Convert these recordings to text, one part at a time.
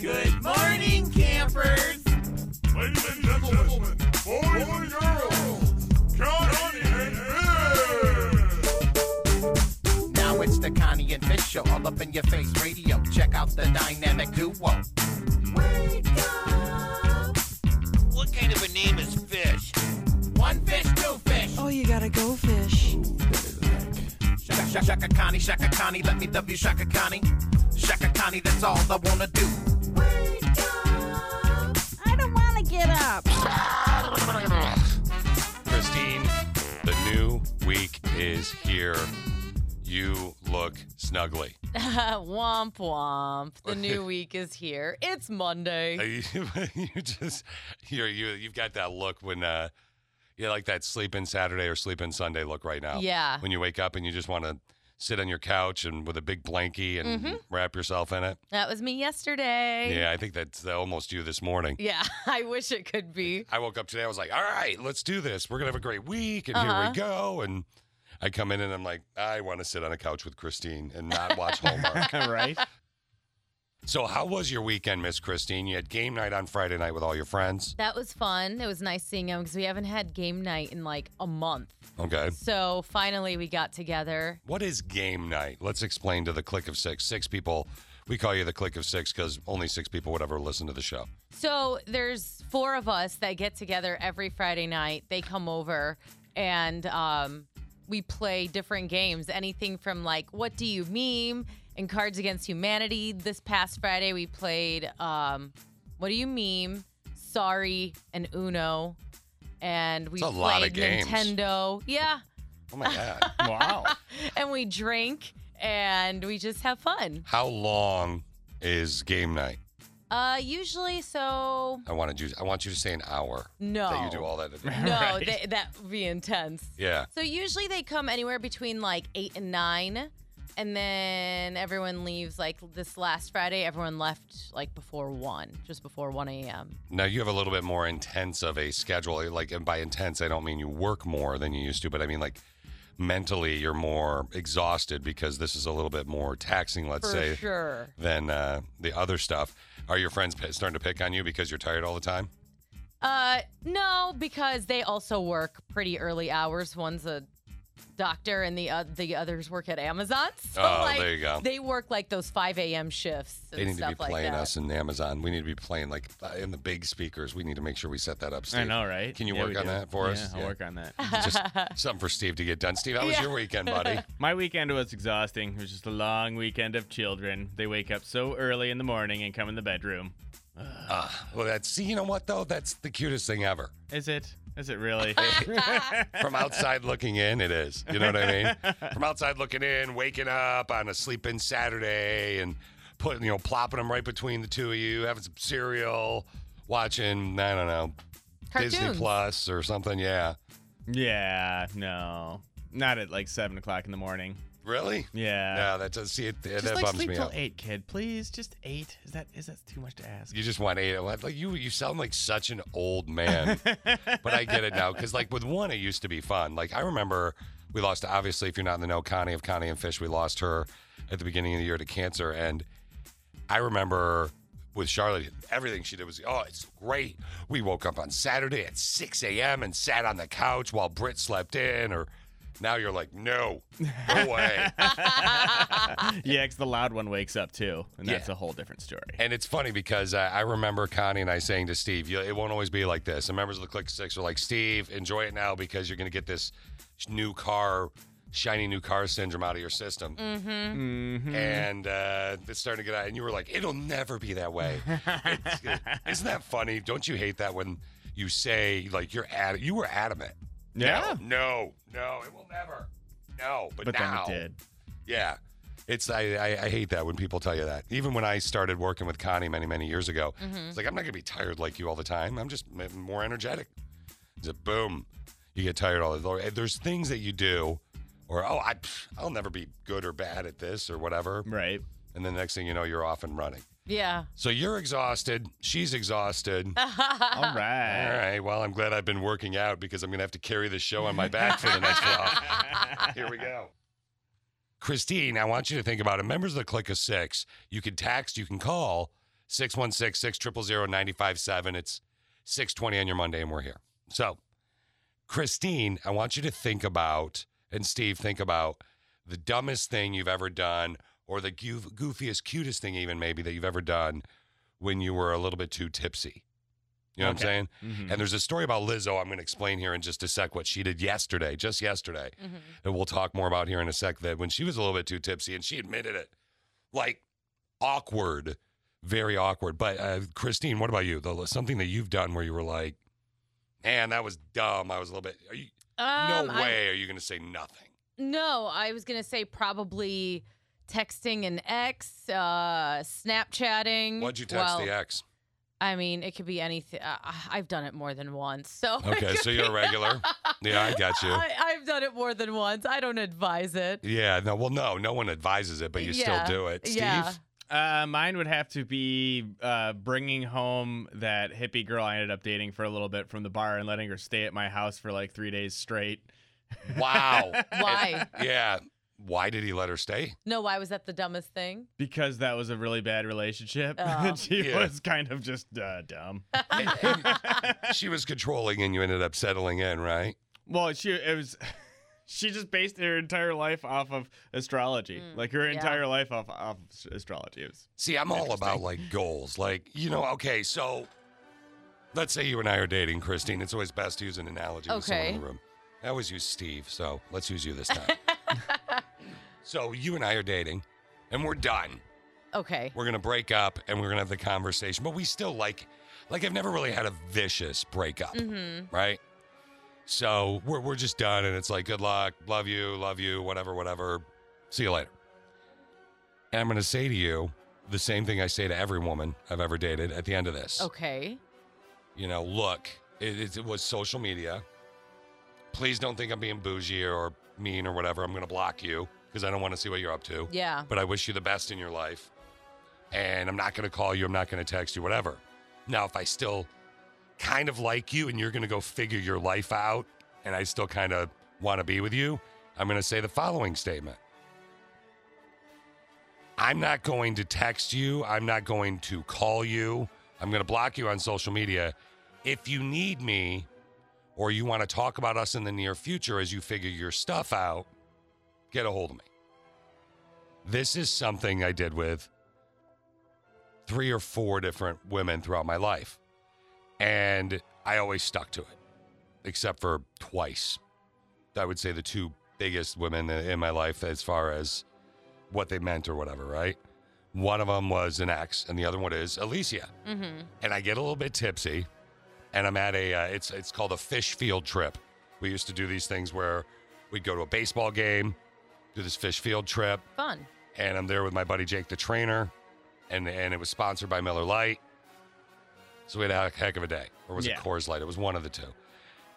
Good morning, campers. Ladies and gentlemen, boys and girls, Johnny and Bill! Now it's the Connie and Fish show, all up in your face radio. Check out the dynamic duo. What kind of a name is Fish? One fish, two fish. Oh, you gotta go fish. Shaka, shaka, shaka Connie, Shaka Connie, let me W Shaka Connie. Shaka Connie, that's all I wanna do. I don't want to get up. Christine, the new week is here. You look snuggly. womp womp. The new week is here. It's Monday. you you just you're you you've got that look when uh you like that sleep in Saturday or sleep in Sunday look right now. Yeah. When you wake up and you just want to sit on your couch and with a big blankie and wrap yourself in it. That was me yesterday. Yeah, I think that's uh, almost you this morning. Yeah, I wish it could be. I woke up today. I was like, all right, let's do this. We're gonna have a great week, and here Uh-huh. we go. And I come in and I'm like, I want to sit on a couch with Christine and not watch Hallmark. right? so, how was your weekend, Miss Christine? You had game night on Friday night with all your friends. That was fun. It was nice seeing him because we haven't had game night in like a month. Okay. So finally we got together. What is game night? Let's explain to the click of six. Six people. We call you the click of six because only six people would ever listen to the show. So there's four of us that get together every Friday night. They come over and um, we play different games. Anything from like what do you meme and Cards Against Humanity. This past Friday we played um, what do you meme, sorry, and Uno, and we It's a played lot of games. Nintendo. Yeah, Oh my god! Wow. and we drink and we just have fun. how long is game night? Uh, usually, so I wanted you. I want you to say an hour. no. That you do all that. No, Right. they, that would be intense. Yeah. So usually they come anywhere between like eight and nine, and then everyone leaves. Like this last Friday, everyone left like before one, just before one a.m. Now you have a little bit more intense of a schedule. Like, and by intense, I don't mean you work more than you used to, but I mean like mentally you're more exhausted because this is a little bit more taxing. Let's For say sure. than uh, the other stuff. Are your friends p- starting to pick on you because you're tired all the time? Uh, no, because they also work pretty early hours. One's a doctor, and the uh, the others work at Amazon. So Oh, like, there you go. They work like those five a.m. shifts. And they need to stuff be like playing that. us in Amazon. We need to be playing like uh, in the big speakers. We need to make sure we set that up. Steve. I know, right? Can you Yeah, work we on do. that for yeah, us? I'll Yeah. work on that. Just something for Steve to get done. Steve, how was Yeah. your weekend, buddy? My weekend was exhausting. It was just a long weekend of children. They wake up so early in the morning and come in the bedroom. Uh, well, that's see, you know what though? That's the cutest thing ever. Is it? Is it really? From outside looking in, it is. You know what I mean? From outside looking in, waking up on a sleep in Saturday and putting, you know, plopping them right between the two of you, having some cereal, watching, I don't know, Disney Cartoons. Plus or something. Yeah. yeah, no. Not at like 7 o'clock in the morning. Really? Yeah. No, that does see it. Just that like bums sleep me till up. 8, kid. Please, just 8. Is that is that too much to ask? You just want eight. I'm Like you, you sound like such an old man. but I get it now because, like, with one, it used to be fun. Like I remember we lost. Obviously, if you're not in the know, Connie of Connie and Fish, we lost her at the beginning of the year to cancer, and I remember with Charlotte, everything she did was, oh, it's great. We woke up on Saturday at 6 a.m. and sat on the couch while Britt slept in, or. Now you're like, no, no way. yeah, because the loud one wakes up too, and that's Yeah. a whole different story. And it's funny because I, I remember Connie and I saying to Steve, "You- it won't always be like this. And members of the Click Six were like, Steve, enjoy it now because you're going to get this sh- new car, shiny new car syndrome out of your system. Mm-hmm. And uh, it's starting to get out. And you were like, it'll never be that way. It's- isn't that funny? Don't you hate that when you say, like, you're ad- you were adamant? Yeah, No, no, it will never. No, but, but now. then it did. Yeah. It's I, I I hate that when people tell you that. Even when I started working with Connie many many years ago, it's like I'm not gonna be tired like you all the time. I'm just m- more energetic. It's a boom. You get tired all the time. There's things that you do, or oh I pff, I'll never be good or bad at this or whatever. Right. And then next thing you know, you're off and running. Yeah. So you're exhausted. She's exhausted. All All right. right. Well, I'm glad I've been working out because I'm going to have to carry the show on my back for the next while. Here we go. Christine, I want you to think about it. Members of the Click of Six, you can text, you can call 616 600 957. It's 620 on your Monday, and we're here. So, Christine, I want you to think about, and Steve, think about the dumbest thing you've ever done or the goof- goofiest, cutest thing, even maybe, that you've ever done when you were a little bit too tipsy. You know what I'm Okay. saying? Mhm. Mm-hmm. And there's a story about Lizzo I'm going to explain here in just a sec what she did yesterday, just yesterday, Mm-hmm. that we'll talk more about here in a sec. That when she was a little bit too tipsy and she admitted it, like awkward, very awkward. But uh, Christine, what about you? The, something that you've done where you were like, man, that was dumb. I was a little bit, are you, Um, no I- way are you going to say nothing. no, I was gonna say probably texting an ex, uh, Snapchatting. What'd you text Mm, Well, the ex? I mean, it could be anything. Uh, I've done it more than once, so. it Okay, could so be- you're a regular. Yeah, I got you. Oh I, I've done it more than once. I don't advise it. Yeah, no, well, no, no one advises it, but you Yeah, still do it. Steve? Yeah. Uh, mine would have to be uh, bringing home that hippie girl I ended up dating for a little bit from the bar and letting her stay at my house for like three days straight. Wow. Why? yeah. Why did he let her stay? No, why was that the dumbest thing? Because that was a really bad relationship. Oh. she Yeah. was kind of just uh, dumb. she was controlling and you ended up settling in, right? Well, she it was she just based her entire life off of astrology. like her yeah. entire life off off of s- astrology. It was- See, I'm all about like goals. Like, you know, okay, so let's say you and I are dating, Christine. It's always best to use an analogy with someone in Okay. the room. I always use Steve, so let's use you this time. so you and I are dating and we're done. Okay. We're gonna break up and we're gonna have the conversation, but we still like like I've never really had a vicious breakup. Mm-hmm. right? So we're, we're just done, and it's like, good luck, love you, love you, whatever, whatever. See you later. And I'm going to say to you the same thing I say to every woman I've ever dated at the end of this. Okay. You know, look, it, it, it was social media. Please don't think I'm being bougie or mean or whatever. I'm going to block you because I don't want to see what you're up to Yeah. but I wish you the best in your life. And I'm not going to call you, I'm not going to text you, whatever. Now, if I still kind of like you and you're going to go figure your life out, and I still kind of want to be with you, I'm going to say the following statement I'm not going to text you, I'm not going to call you, I'm going to block you on social media. If you need me or you want to talk about us in the near future as you figure your stuff out, get a hold of me. This is something I did with three or four different women throughout my life. And I always stuck to it, except for twice. I would say the two biggest women in my life as far as what they meant or whatever, right? One of them was an ex, and the other one is Alicia. Mm-hmm. And I get a little bit tipsy, and I'm at a, uh, it's, it's called a fish field trip. We used to do these things where we'd go to a baseball game, do this fish field trip Fun. and I'm there with my buddy Jake the trainer, and and it was sponsored by Miller Lite. So we had a heck of a day, or was Yeah. it Coors Light? It was one of the two.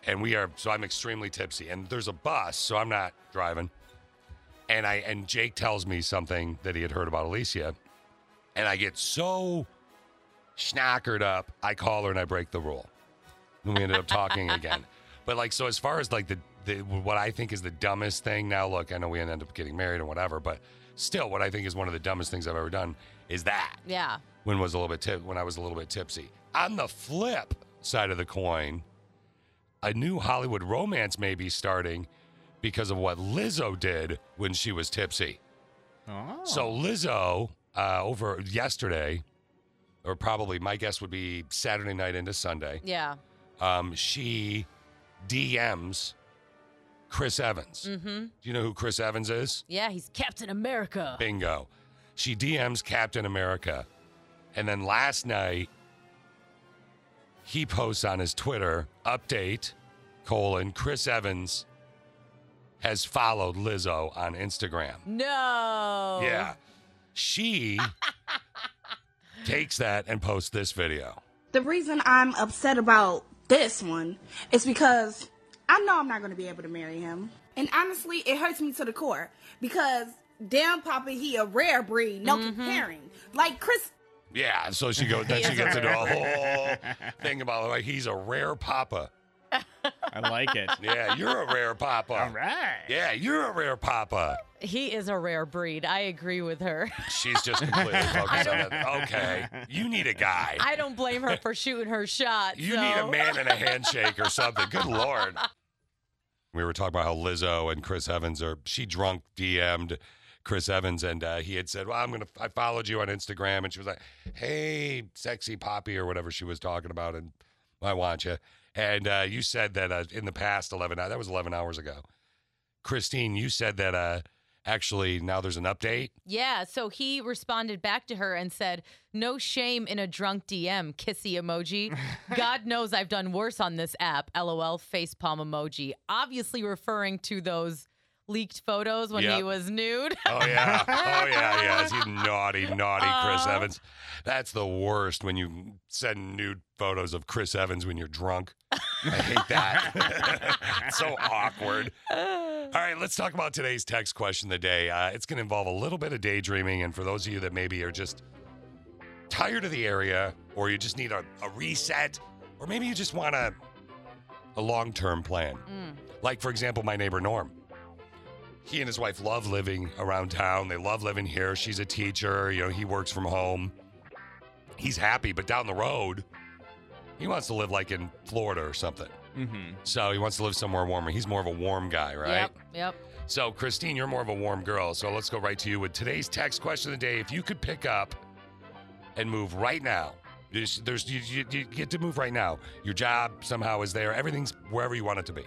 And we are so I'm extremely tipsy, and there's a bus, so I'm not driving. And I and Jake tells me something that he had heard about Alicia, and I get so schnackered up. I call her and I break the rule, and we ended up talking again. But like so, as far as like the, the what I think is the dumbest thing now. Look, I know we ended up getting married and whatever, but still, what I think is one of the dumbest things I've ever done is that Yeah. when was a little bit tip when I was a little bit tipsy. On the flip side of the coin, a new Hollywood romance may be starting because of what Lizzo did when she was tipsy. Oh. So Lizzo uh, over yesterday, or probably my guess would be Saturday night into Sunday Yeah. um, she DMs Chris Evans. Mm-hmm. Do you know who Chris Evans is? Yeah. He's Captain America. Bingo. She DMs Captain America. And then last night, he posts on his Twitter update colon Chris Evans has followed Lizzo on Instagram. No. Yeah. She takes that and posts this video. The reason I'm upset about this one is because I know I'm not going to be able to marry him. And honestly, it hurts me to the core because damn Papa, he a rare breed, no comparing. Like Chris Yeah, so she goes. Then He she is gets a into a rare. whole thing about like he's a rare papa. I like it. Yeah, you're a rare papa. All right. Yeah, you're a rare papa. He is a rare breed. I agree with her. She's just completely focused on that. Okay, you need a guy. I don't blame her for shooting her shot. You so. need a man and a handshake or something. Good lord. We were talking about how Lizzo and Chris Evans are. She drunk DM'd Chris Evans, and uh, he had said, "Well, I'm gonna. I followed you on Instagram," and she was like, "Hey, sexy poppy," or whatever she was talking about, and I want you. And uh, you said that uh, in the past 11 hours. That was 11 hours ago. Christine, you said that uh, actually now there's an update. Yeah, so he responded back to her and said, "No shame in a drunk DM, kissy emoji. God knows I've done worse on this app. LOL facepalm emoji." Obviously referring to those leaked photos when Yep. he was nude. Oh yeah, oh yeah, yes. You naughty, naughty Chris Aw. Evans. That's the worst when you send nude photos of Chris Evans when you're drunk. I hate that. It's so awkward. All right, let's talk about today's text question of the day. Uh, it's going to involve a little bit of daydreaming, and for those of you that maybe are just tired of the area, or you just need a, a reset, or maybe you just want a a long term plan. Mm. Like, for example, my neighbor Norm. He and his wife love living around town. They love living here. She's a teacher. You know, he works from home. He's happy, but down the road, he wants to live like in Florida or something. Mm-hmm. So he wants to live somewhere warmer. He's more of a warm guy, right? Yep, yep. So, Christine, you're more of a warm girl. So let's go right to you with today's text question of the day. If you could pick up and move right now, there's, there's you, you, you get to move right now. Your job somehow is there. Everything's wherever you want it to be.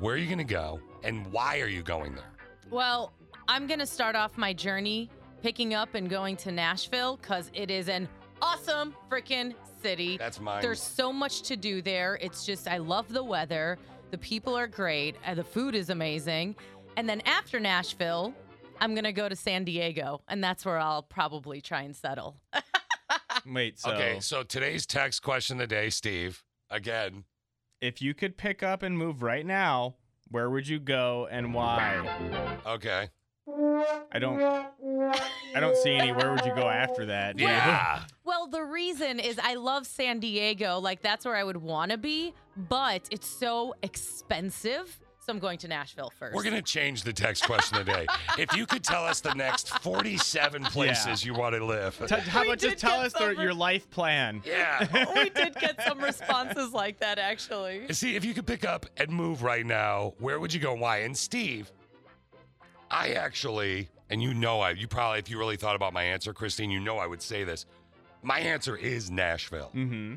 Where are you going to go, and why are you going there? Well, I'm going to start off my journey picking up and going to Nashville cuz it is an awesome freaking city. That's mine. There's so much to do there. It's just, I love the weather. The people are great. And the food is amazing. And then after Nashville, I'm going to go to San Diego. And that's where I'll probably try and settle. Wait. So, Okay, so today's text question of the day, Steve. Again, if you could pick up and move right now, where would you go and why? okay. I don't. I don't see any. Where would you go after that? dude? Yeah. Well, the reason is I love San Diego. Like, that's where I would want to be, but it's so expensive. So I'm going to Nashville 1st We're going to change the text question of the day. if you could tell us the next 47 places you want to live. T- how We about did just tell get us the, some- your life plan? yeah. we did get some responses like that, actually. See, if you could pick up and move right now, where would you go and why? And Steve, I actually, and you know, I, you probably, if you really thought about my answer, Christine, you know, I would say this. My answer is Nashville, Mm-hmm.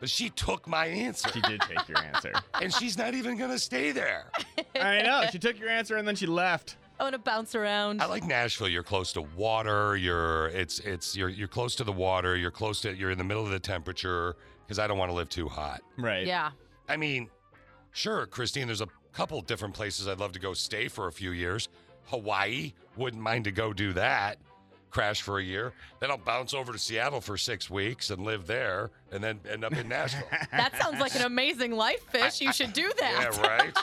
but she took my answer, She did take your answer. and she's not even gonna stay there. I know. She took your answer and then she left. I want to bounce around. I like Nashville. You're close to water. You're it's it's you're you're close to the water. You're close to you're in the middle of the temperature because I don't want to live too hot. Right. yeah. I mean, sure, Christine, there's a couple different places I'd love to go stay for a few years. Hawaii, wouldn't mind to go do that, crash for a year. Then I'll bounce over to Seattle for six weeks and live there and then end up in Nashville. That sounds like an amazing life, Fish. You should do that. yeah, right?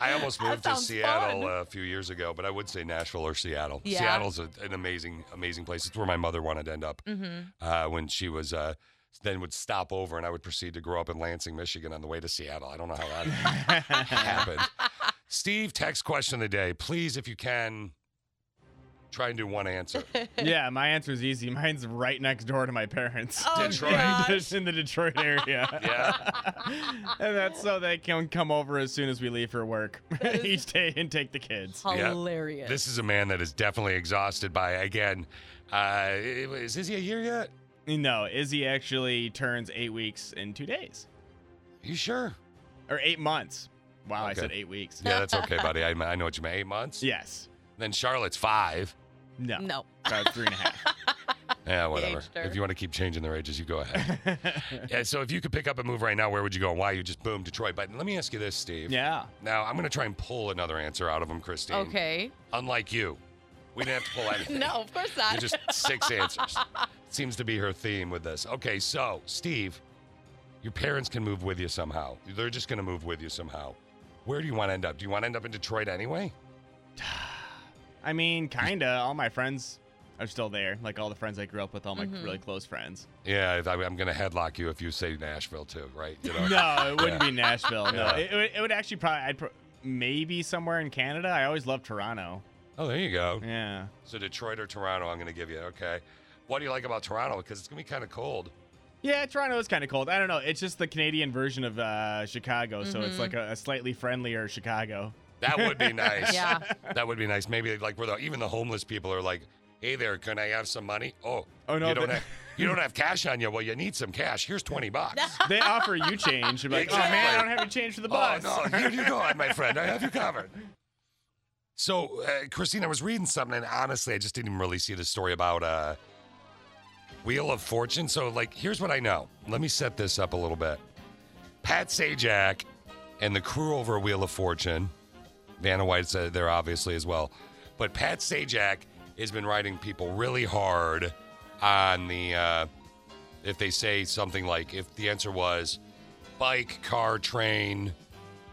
I almost That moved to sounds Seattle fun. uh, a few years ago, but I would say Nashville or Seattle. Yeah. Seattle's a, an amazing, amazing place. It's where my mother wanted to end up Mm-hmm. uh, when she was. Uh, then would stop over, and I would proceed to grow up in Lansing, Michigan, on the way to Seattle. I don't know how that happened. Steve, text question of the day. Please, if you can, try and do one answer. yeah, my answer is easy. Mine's right next door to my parents. Oh, Detroit. gosh. in the Detroit area. Yeah. and that's so they can come over as soon as we leave for work each day and take the kids. Hilarious. This is a man that is definitely exhausted by, again, uh, is, is he a year yet? No, Izzy actually turns eight weeks in two days You sure? or eight months. Wow, I Okay. said eight weeks. Yeah, that's okay, buddy. I, I know what you mean. Eight months? Yes. Then Charlotte's five. No. no. About three and a half. Yeah, whatever. aged her. If you want to keep changing their ages, you go ahead. yeah, so if you could pick up and move right now, where would you go and why? You just boom, Detroit. But let me ask you this, Steve. yeah. Now, I'm going to try and pull another answer out of him, Christine. Okay. Unlike you, we didn't have to pull anything. No, of course not. You're just six answers. Seems to be her theme with this. Okay, so Steve, your parents can move with you somehow. They're just going to move with you somehow. Where do you want to end up? Do you want to end up in Detroit anyway? I mean, kinda. All my friends. are still there. Like all the friends I grew up with, all my really close friends. Yeah, I, I'm gonna headlock you if you say Nashville too, right? You know? No, it wouldn't be Nashville. No, Oh, Yeah. it, would- it would actually probably I'd pro- maybe somewhere in Canada. I always loved Toronto. Oh, there you go. Yeah. So Detroit or Toronto, I'm gonna give you. Okay. What do you like about Toronto? Because it's gonna be kind of cold. Yeah, Toronto is kind of cold. I don't know. It's just the Canadian version of uh, Chicago, so it's like a, a slightly friendlier Chicago. That would be nice. Yeah. That would be nice. Maybe like where the, even the homeless people are like, "Hey there, can I have some money?" Oh, Oh, no, you don't they- have you don't have cash on you. Well, you need some cash. Here's twenty bucks. They offer you change. You're like, oh man, I don't have any change for the bus. Oh no, here you go, my friend. I have you covered. So, uh, Christine, I was reading something, and honestly, I just didn't even really see the story about uh, Wheel of Fortune. So, like, here's what I know. Let me set this up a little bit. Pat Sajak and the crew over at Wheel of Fortune, Vanna White's uh, there obviously as well, but Pat Sajak has been writing people really hard on the uh, if they say something like if the answer was bike, car, train,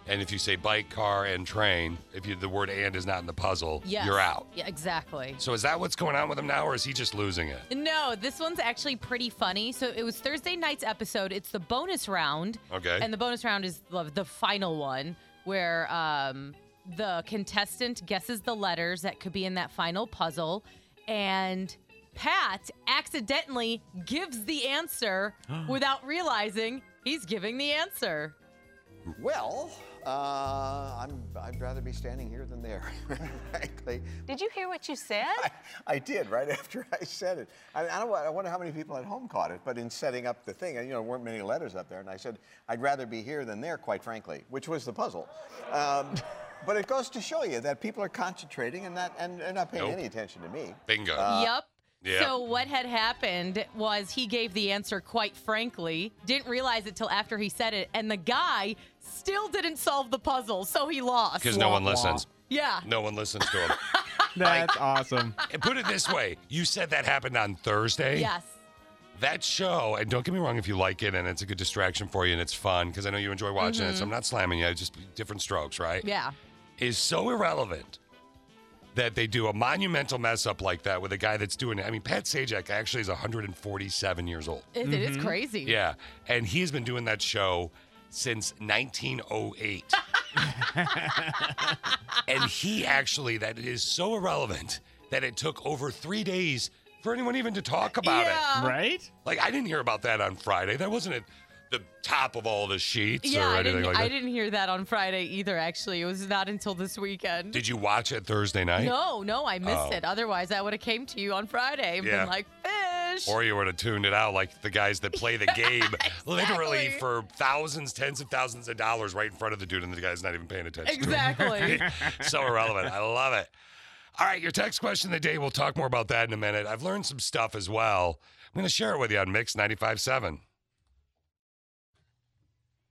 and if you say bike, car, and train, if you, the word and is not in the puzzle, Yes. you're out. Yeah, exactly. So is that what's going on with him now, or is he just losing it? No, this one's actually pretty funny. So it was Thursday night's episode. It's the bonus round. Okay. And the bonus round is the, the final one where um, the contestant guesses the letters that could be in that final puzzle. And Pat accidentally gives the answer without realizing he's giving the answer. Well, uh, I'm, I'd rather be standing here than there, frankly. Did you hear what you said? I did right after I said it. I, I, don't, I wonder how many people at home caught it, but in setting up the thing, you know, there weren't many letters up there, and I said, I'd rather be here than there, quite frankly, which was the puzzle. Um, but it goes to show you that people are concentrating and not, and, and not paying Nope. any attention to me. Bingo. yep. Uh, yeah. So what had happened was he gave the answer quite frankly, didn't realize it till after he said it, and the guy still didn't solve the puzzle, so he lost. Because no one listens. yeah. No one listens to him. That's awesome. and put it this way: you said that happened on Thursday. Yes. That show, and don't get me wrong, if you like it, and it's a good distraction for you, and it's fun, because I know you enjoy watching it. So I'm not slamming you. It's just different strokes, right? Mm-hmm. Yeah. is so irrelevant that they do a monumental mess up like that with a guy that's doing it. I mean, Pat Sajak actually is 147 years old. It, it Mm-hmm. is crazy. Yeah. And he has been doing that show since 1908. and he actually, that it is so irrelevant that it took over three days for anyone even to talk about it. Yeah. Right? Like, I didn't hear about that on Friday. That wasn't at the top of all the sheets Yeah, or I anything didn't, like that. I didn't hear that on Friday either, actually. It was not until this weekend. Did you watch it Thursday night? no, no, I missed Oh. it. Otherwise, I would have came to you on Friday and Yeah. been like, fish. Or you would have tuned it out like the guys that play the game literally Exactly. for thousands, tens of thousands of dollars right in front of the dude, and the guy's not even paying attention. to it. exactly. so irrelevant. I love it. All right, your text question of the day. We'll talk more about that in a minute. I've learned some stuff as well. I'm going to share it with you on Mix 95.7.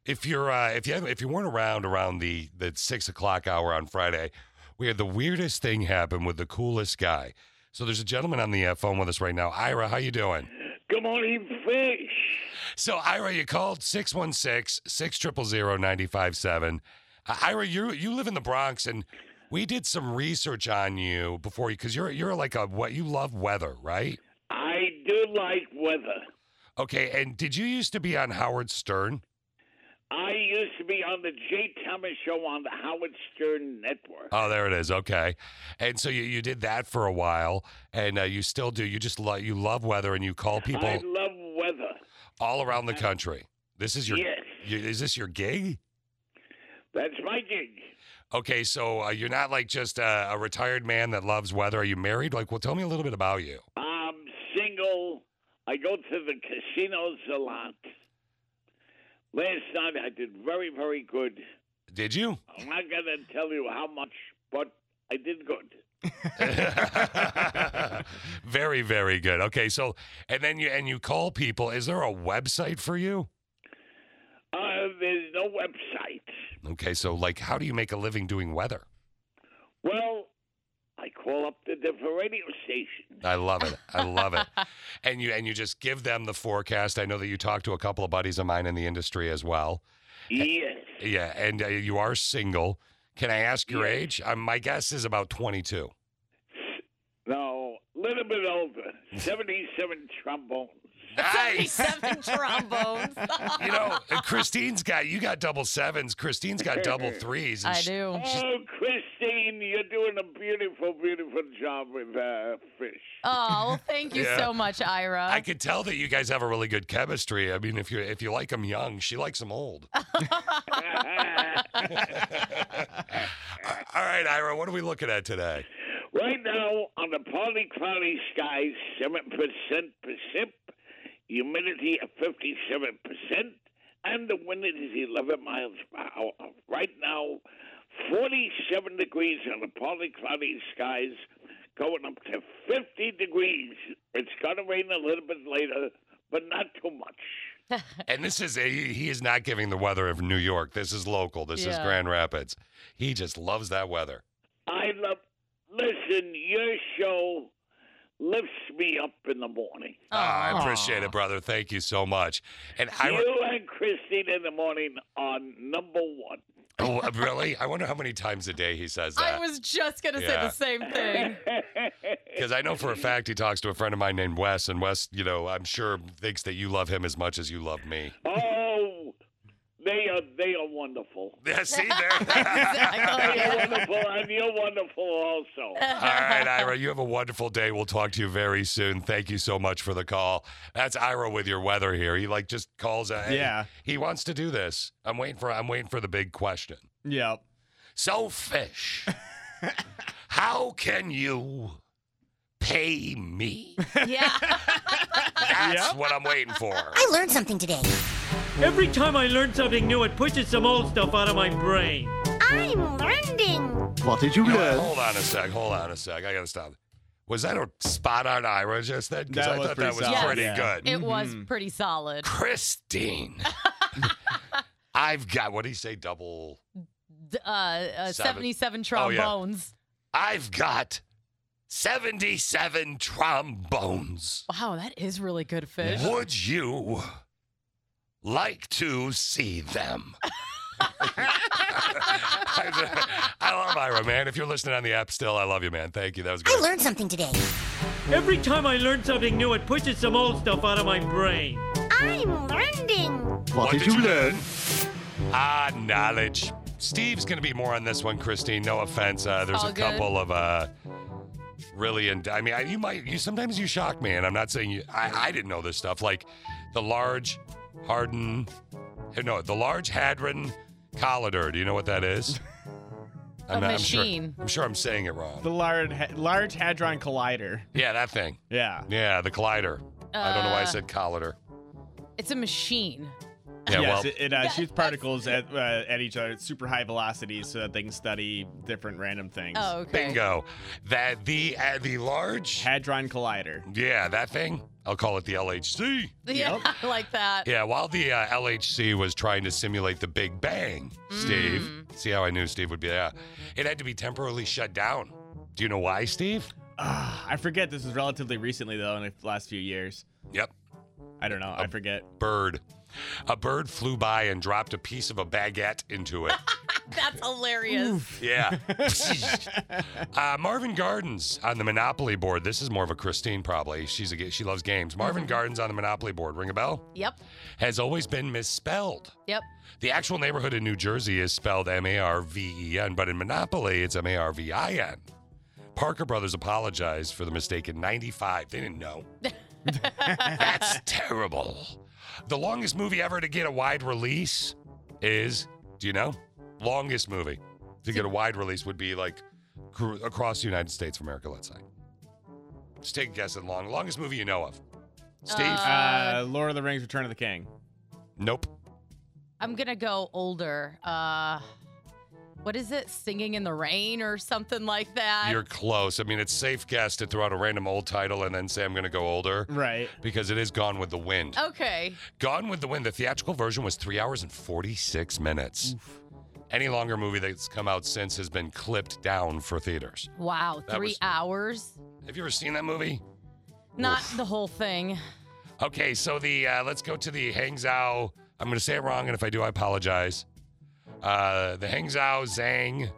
If you're uh, if you if you weren't around around the the six o'clock hour on Friday, we had the weirdest thing happen with the coolest guy. So there's a gentleman on the uh, phone with us right now. Ira, how you doing? Good morning, fish. So, Ira, you called 616 600 957. Uh, Ira, you you live in the Bronx, and we did some research on you before you because you're you're like a what you love weather, right? I do like weather. Okay, and did you used to be on Howard Stern? I used to be on the Jay Thomas show on the Howard Stern Network. Oh, there it is. Okay, and so you, you did that for a while, and uh, you still do. You just love you love weather, and you call people I love weather. Uh, all around the country. This is your Yes. you, is this your gig? That's my gig. Okay, so uh, you're not like just uh, a retired man that loves weather. Are you married? Like, well, tell me a little bit about you. I'm single. I go to the casinos a lot. Last night I did very, very good. Did you? I'm not going to tell you how much, but I did good. very, very good. Okay, so and then you and you call people. Is there a website for you? Uh, there's no website. Okay, so like, how do you make a living doing weather? Well, I call up the different radio stations. I love it. I love it. And you and you just give them the forecast. I know that you talk to a couple of buddies of mine in the industry as well. Yes. Yeah, and uh, you are single. Can I ask your age? Um, my guess is about twenty-two. No, listen, little bit older, 77 trombones. Nice. Seven trombones. You know, and Christine's got you got double sevens. Christine's got double threes. and I sh- do. Oh, Christine, you're doing a beautiful, beautiful job with uh, fish. Oh, well, thank you Yeah. so much, Ira. I could tell that you guys have a really good chemistry. I mean, if you if you like them young, she likes them old. All right, Ira, what are we looking at today? Right now, on the partly cloudy skies, 7% precip, humidity at 57%, and the wind is 11 miles per hour. Right now, 47 degrees on the partly cloudy skies, going up to 50 degrees. It's going to rain a little bit later, but not too much. And this is he, he is not giving the weather of New York. This is local. This is Yeah. Grand Rapids. He just loves that weather. I love. Listen, your show lifts me up in the morning. Ah, I appreciate it, brother. Thank you so much. And Ira, you and Christine in the morning are number one. oh, really? I wonder how many times a day he says I that. was just gonna uh, Yeah. say the same thing. Because I know for a fact he talks to a friend of mine named Wes, and Wes, you know, I'm sure thinks that you love him as much as you love me. Oh, they are they are wonderful. Yeah, see there. Exactly. They're wonderful, and you're wonderful also. All right, Ira, you have a wonderful day. We'll talk to you very soon. Thank you so much for the call. That's Ira with your weather here. He like just calls. uh, Yeah. he wants to do this. I'm waiting for. I'm waiting for the big question. Yep. So fish, how can you pay me? yeah. That's what I'm waiting for. I learned something today. Every time I learn something new, it pushes some old stuff out of my brain. I'm learning. You know what? hold on a sec. Hold on a sec. I gotta stop. Was that a spot on Ira just then? Because That I was thought pretty that was solid, pretty yeah. good. It was pretty solid. Christine. I've got what do you say? Double. D- uh, uh, Seven. 77 Oh, yeah. trombones. I've got seventy-seven trombones. Wow, that is really good fish. Would you like to see them? I love Ira, man. If you're listening on the app still, I love you, man. Thank you. That was good. I learned something today. Every time I learn something new, it pushes some old stuff out of my brain. I'm learning. What did you learn? Ah, knowledge. Steve's going to be more on this one, Christine. No offense. Uh, there's All a good. couple of uh, really, and I mean, I, you might, you sometimes you shock me, and I'm not saying you. I, I didn't know this stuff, like the large Hardin, eh, no, the large Hadron Collider. Do you know what that is? A not- machine. I'm sure, I'm sure I'm saying it wrong. The large large hadron collider. yeah, that thing. Yeah. Yeah, the collider. I don't know why I Uh, said collider. It's a machine. Yeah, yes, well, it, it uh, shoots particles at uh, at each other at super high velocities so that they can study different random things. Oh, okay. bingo. That the uh, the large. Hadron collider. Yeah, that thing. I'll call it the LHC. Yeah, I like that. Yeah, while the uh, LHC was trying to simulate the Big Bang, Steve, see how I knew Steve would be there, it had to be temporarily shut down. Do you know why, Steve? Ah, I forget this was relatively recently though in the last few years. Yep, I don't know. Oh. I forget. bird. A bird flew by and dropped a piece of a baguette into it. That's hilarious. yeah. uh, Marvin Gardens on the Monopoly board. This is more of a Christine, probably. She's a, ga- she loves games. Marvin Gardens on the Monopoly board. Ring a bell? Yep. Has always been misspelled. Yep. The actual neighborhood in New Jersey is spelled M A R V E N, but in Monopoly, it's M A R V I N. Parker Brothers apologized for the mistake in 95. They didn't know. That's terrible. The longest movie ever to get a wide release is, do you know? Longest movie to get a wide release would be like cru- across the United States of America, let's say. Just take a guess at long. Longest movie you know of. Steve? Uh, Uh, Lord of the Rings: Return of the King. nope. I'm going to go older. Uh, what is it? Singing in the rain or something like that? You're close. I mean, it's safe guess to throw out a random old title and then say I'm going to go older Right. because it is Gone with the Wind. Oh. okay. Gone with the Wind, the theatrical version was three hours and 46 minutes. Any longer movie that's come out since has been clipped down for theaters. Wow. That Three was- hours? Have you ever seen that movie? Not the whole thing. Okay, so the uh, let's go to the Hangzhou. I'm going to say it wrong, and if I do, I apologize. Uh, the Hangzhou Zhang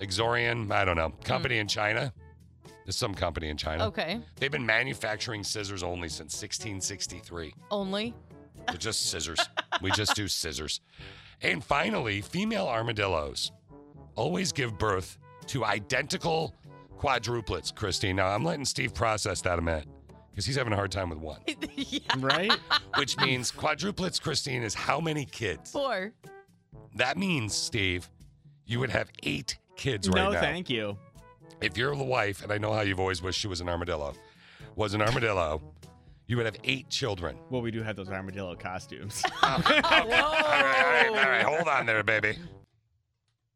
Exorian, I don't know, company in China It's some company in China. Okay. They've been manufacturing scissors only since 1663. Only. They're just scissors. we just do scissors. And finally, female armadillos always give birth to identical quadruplets, Christine. Now, I'm letting Steve process that a minute because he's having a hard time with one. Right? Which means quadruplets, Christine, is how many kids? Four. That means, Steve, you would have eight kids right no, now. thank you. If you're the wife, and I know how you've always wished she was an armadillo, was an armadillo, you would have eight children. Well, we do have those armadillo costumes. All right, all right, all right. Hold on there, baby.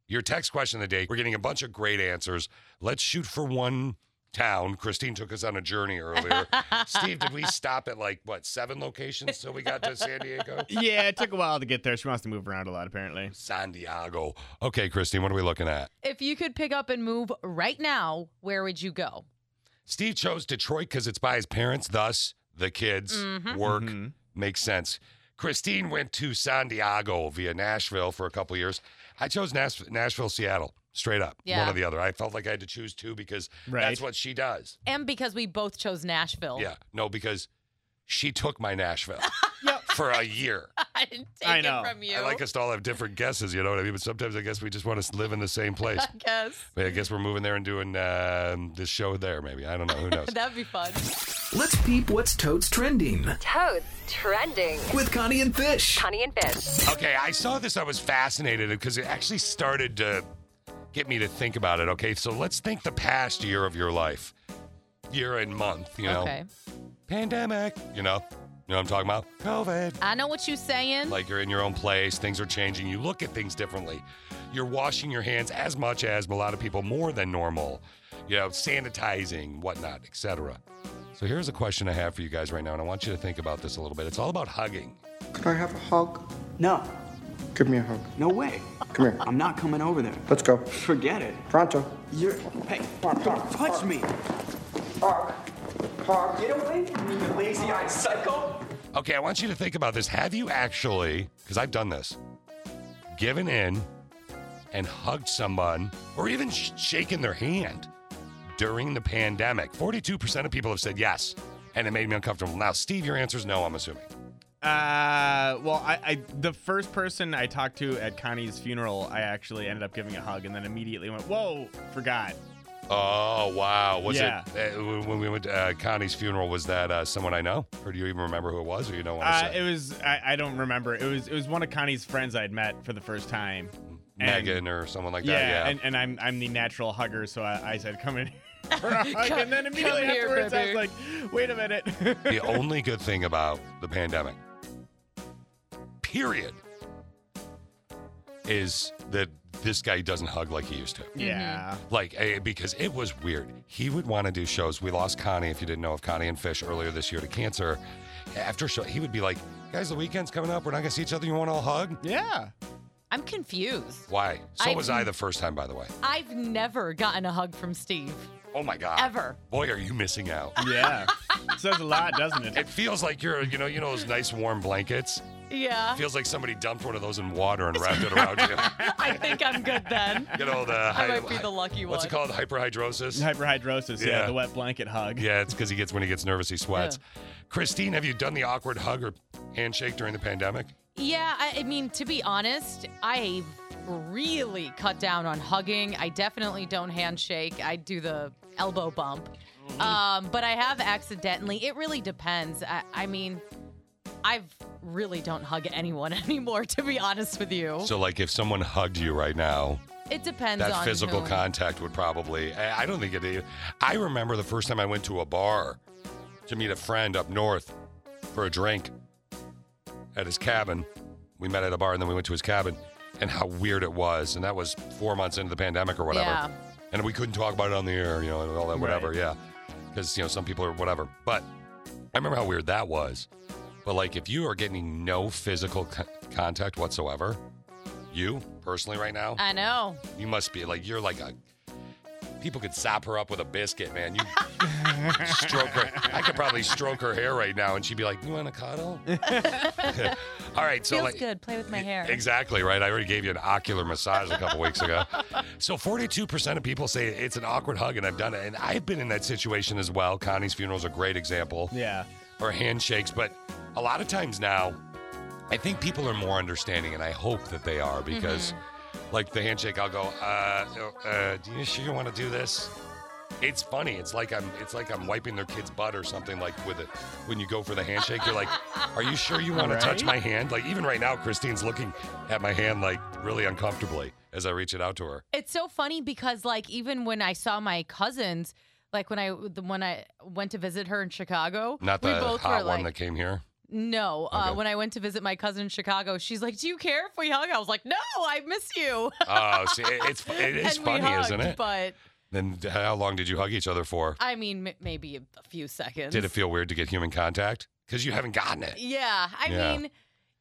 Your text question of the day. We're getting a bunch of great answers. Let's shoot for one town. Christine took us on a journey earlier. Steve, did we stop at like what seven locations till we got to San Diego? yeah, it took a while to get there. She wants to move around a lot, apparently. San Diego. Okay, Christine, what are we looking at? If you could pick up and move right now, where would you go? Steve chose Detroit because it's by his parents, thus the kids Mm-hmm. work Mhm. makes sense. Christine went to San Diego via Nashville for a couple years. I chose Nas- Nashville, Seattle, straight up, one Yeah. or the other. I felt like I had to choose two because Right. that's what she does. And because we both chose Nashville. Yeah, no, because she took my Nashville for a year. I didn't take I know. it from you. I like us to all have different guesses, you know what I mean? But sometimes I guess we just want to live in the same place. I guess. But I guess we're moving there and doing uh, this show there, maybe. I don't know. Who knows? That'd be fun. Let's peep what's toads trending Toads trending. with Connie and Fish. Connie and Fish. Okay, I saw this. I was fascinated because it actually started to get me to think about it. Okay, so let's think the past year of your life, year and month. You know, Okay. pandemic. You know, you know what I'm talking about. COVID. I know what you're saying. Like you're in your own place. Things are changing. You look at things differently. You're washing your hands as much as a lot of people more than normal. You know, sanitizing, whatnot, etc. So here's a question I have for you guys right now, and I want you to think about this a little bit. It's all about hugging. Could I have a hug? No. Give me a hug. No way. Come here. I'm not coming over there. Let's go. Forget it. Pronto. You're. Hey, don't touch me. Hug. Hug. Get away from me, you lazy eyed psycho. Okay, I want you to think about this. Have you actually, because I've done this, given in and hugged someone or even sh- shaken their hand during the pandemic? 42% of people have said yes, and it made me uncomfortable. Now, Steve, your answer is no, I'm assuming. Uh, well, I, I the first person I talked to at Connie's funeral, I actually ended up giving a hug, and then immediately went, "Whoa, forgot." Oh, wow. Was Yeah. it uh, when- when we went to uh, Connie's funeral? Was that uh, someone I know? Or do you even remember who it was or you don't want to Uh, say? it was I, I don't remember. It was it was one of Connie's friends I'd met for the first time. and- Megan or someone like yeah, that? Yeah. And, and I'm I'm the natural hugger, so I, I said, "Come in." here For a hug. Come- and then immediately come here, afterwards, I was baby. like, "Wait a minute." the only good thing about the pandemic, period, is that this guy doesn't hug like he used to. yeah. Like, eh, because it was weird. He would want to do shows. We lost Connie, if you didn't know, of Connie and Fish earlier this year to cancer. After show, he would be like, guys, the weekend's coming up. We're not going to see each other. You want to all hug? Mm-hmm. Yeah. I'm confused. Why? So I- was I the first time, by the way. I've never gotten a hug from Steve. Oh my God. Ever. Boy, are you missing out. Yeah. Says a lot, doesn't it? It feels like you're, you know, you know those nice warm blankets. Yeah. Feels like somebody dumped one of those in water and wrapped it around you. I think I'm good then. You know the I might be the lucky What's it one. called? Hyperhidrosis. Hyperhidrosis, yeah. Yeah. the wet blanket hug. yeah, it's because he gets when he gets nervous, he sweats. Christine, have you done the awkward hug or handshake during the pandemic? Yeah, I, I mean, to be honest, I've really cut down on hugging. I definitely don't handshake. I do the elbow bump. Um, but I have accidentally. It really depends. I, I mean, I've really don't hug anyone anymore, to be honest with you. So, like, if someone hugged you right now, it depends that on physical whom. contact would probably. I I don't think it. e- I remember the first time I went to a bar to meet a friend up north for a drink at his cabin. We met at a bar and then we went to his cabin, and how weird it was. And that was four months into the pandemic or whatever. Yeah. and we couldn't talk about it on the air, you know, and all that, whatever, Right. yeah, because you know some people are whatever. But I remember how weird that was. But like, if you are getting no physical co- contact whatsoever, you personally right now, I know. you must be like you're like a. People could sop her up with a biscuit, man. You stroke her. I could probably stroke her hair right now, and she'd be like, "You want a cuddle?" All right, so Feels like, e-, good. Play with my hair. Exactly right. I already gave you an ocular massage a couple weeks ago. So 42% of people say it's an awkward hug, and I've done it. And I've been in that situation as well. Connie's funeral is a great example. Yeah. Or handshakes. But a lot of times now, I think people are more understanding, and I hope that they are because, Mm-hmm. like the handshake, I'll go, uh, uh, "Do you sure you want to do this?" It's funny. It's like I'm. It's like I'm wiping their kid's butt or something. Like with it, when you go for the handshake, you're like, "Are you sure you want Right? to touch my hand?" Like even right now, Christine's looking at my hand like really uncomfortably as I reach it out to her. It's so funny because like even when I saw my cousins, like when I the- when I went to visit her in Chicago, Not the we both hot were one like, that came here. no. Uh, Okay. when I went to visit my cousin in Chicago, she's like, "Do you care if we hug?" I was like, "No, I miss you." Oh, see, it- it's it And is we funny, hugged, isn't it? But Then how long did you hug each other for? I mean, m- maybe a a few seconds. Did it feel weird to get human contact? Because you haven't gotten it. Yeah, I Yeah. mean,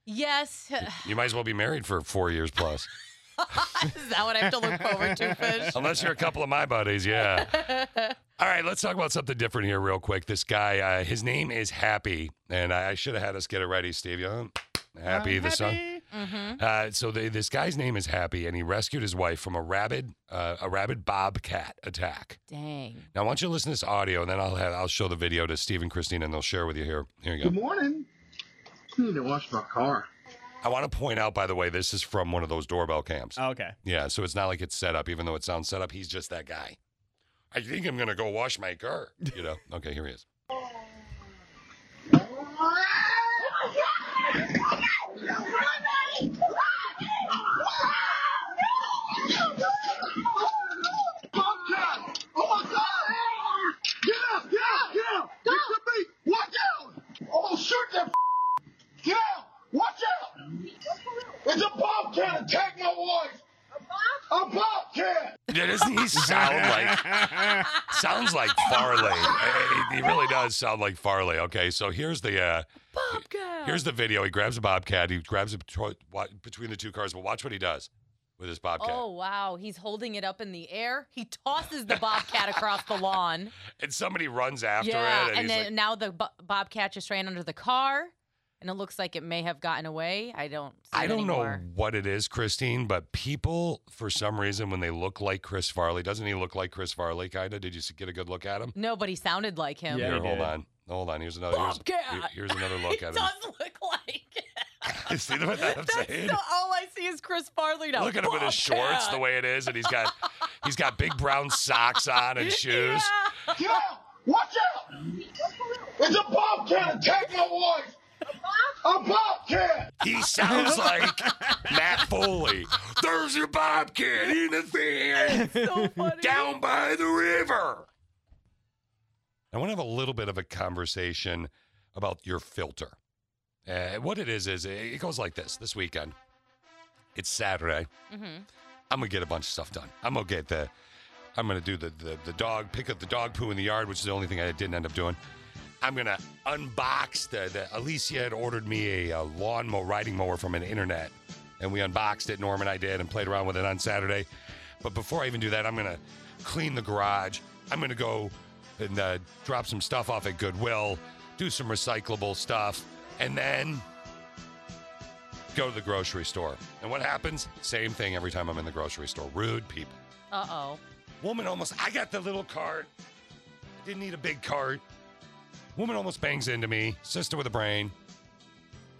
yes. You might as well be married for four years plus. Is that what I have to look forward to, Fish? Unless you're a couple of my buddies, yeah. All right, let's talk about something different here, real quick. This guy, uh, his name is Happy, and I, I should have had us get it ready, Steve. You know, Oh, Happy, the song. Uh, so they, this guy's name is Happy, and he rescued his wife from a rabid, uh, a rabid bobcat attack. Dang. Now, I want you to listen to this audio, and then I'll have, I'll show the video to Steve and Christine, and they'll share with you here. Here you go. Good morning. I need to wash my car. I want to point out, by the way, this is from one of those doorbell cams. Oh, okay. Yeah, so it's not like it's set up, even though it sounds set up. He's just that guy. I think I'm gonna go wash my car. You know? Okay, here he is. Oh Oh my God! Get up! Get up! Get up! Get to me! Watch out! Oh, shoot that! Get out! Watch out! It's a bobcat! Attack my wife! A bobcat! Yeah, doesn't he sound like sounds like Farley? Uh, He really does sound like Farley. Okay, so here's the uh, Oh. here's the video. He grabs a bobcat. He grabs it betro- wa- between the two cars. But watch what he does with his bobcat. Oh wow, he's holding it up in the air. He tosses the bobcat across the lawn. And somebody runs after yeah, it, and, and he's then like, now the bo- bobcat just ran under the car, and it looks like it may have gotten away. I don't. See I it don't anymore. know what it is, Christine, but people, for some reason, when they look like Chris Farley, doesn't he look like Chris Farley, kind of? Did you s- get a good look at him? No, but he sounded like him. Here, hold on. Hold on. Here's another. Here's, here- here's another look at him. Look like See what I'm saying? so all I see is Chris Farley now. Look at him in his shorts, the way it is, and he's got he's got big brown socks on and shoes. Get out! Watch out! It's a bobcat! Attack my wife! A bobcat! He sounds like Matt Foley. There's your bobcat in the sand, down by the river. I want to have a little bit of a conversation about your filter. Uh, what it is is it it goes like this. This weekend, it's Saturday. Mm-hmm. I'm gonna get a bunch of stuff done. I'm gonna get the, I'm gonna do the the, the dog pick up the dog poo in the yard, which is the only thing I didn't end up doing. I'm gonna unbox the, the Alicia had ordered me a, a lawn mower riding mower from an internet, and we unboxed it. Norm and I did and played around with it on Saturday. But before I even do that, I'm gonna clean the garage. I'm gonna go and uh, drop some stuff off at Goodwill, do some recyclable stuff, and then go to the grocery store. And what happens? Same thing every time I'm in the grocery store. Rude people. Uh oh. Woman almost, I got the little cart. I didn't need a big cart. Woman almost bangs into me. Sister with a brain.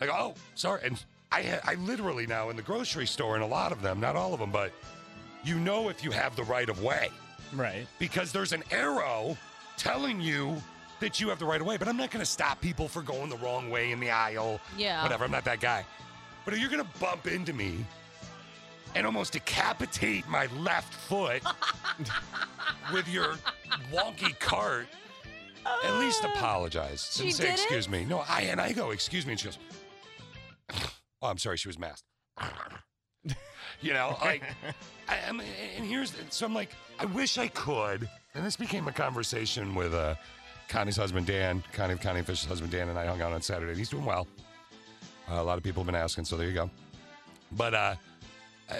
I go, oh, sorry. And I, ha- I literally now in the grocery store, and a lot of them, not all of them, but you know if you have the right of way Right. because there's an arrow telling you that you have the right of way. But I'm not going to stop people for going the wrong way in the aisle. Yeah. Whatever. I'm not that guy. But if you're going to bump into me and almost decapitate my left foot with your wonky cart, at least apologize Oh. She and say, did excuse it? me. No, I and I go, excuse me. And she goes, oh, I'm sorry. She was masked. You know, like, I, I'm, and here's, so I'm like, I wish I could. And this became a conversation with uh, Connie's husband, Dan, Connie of Connie and Fish's husband, Dan, and I hung out on Saturday, and he's doing well. Uh, a lot of people have been asking, so there you go. But uh,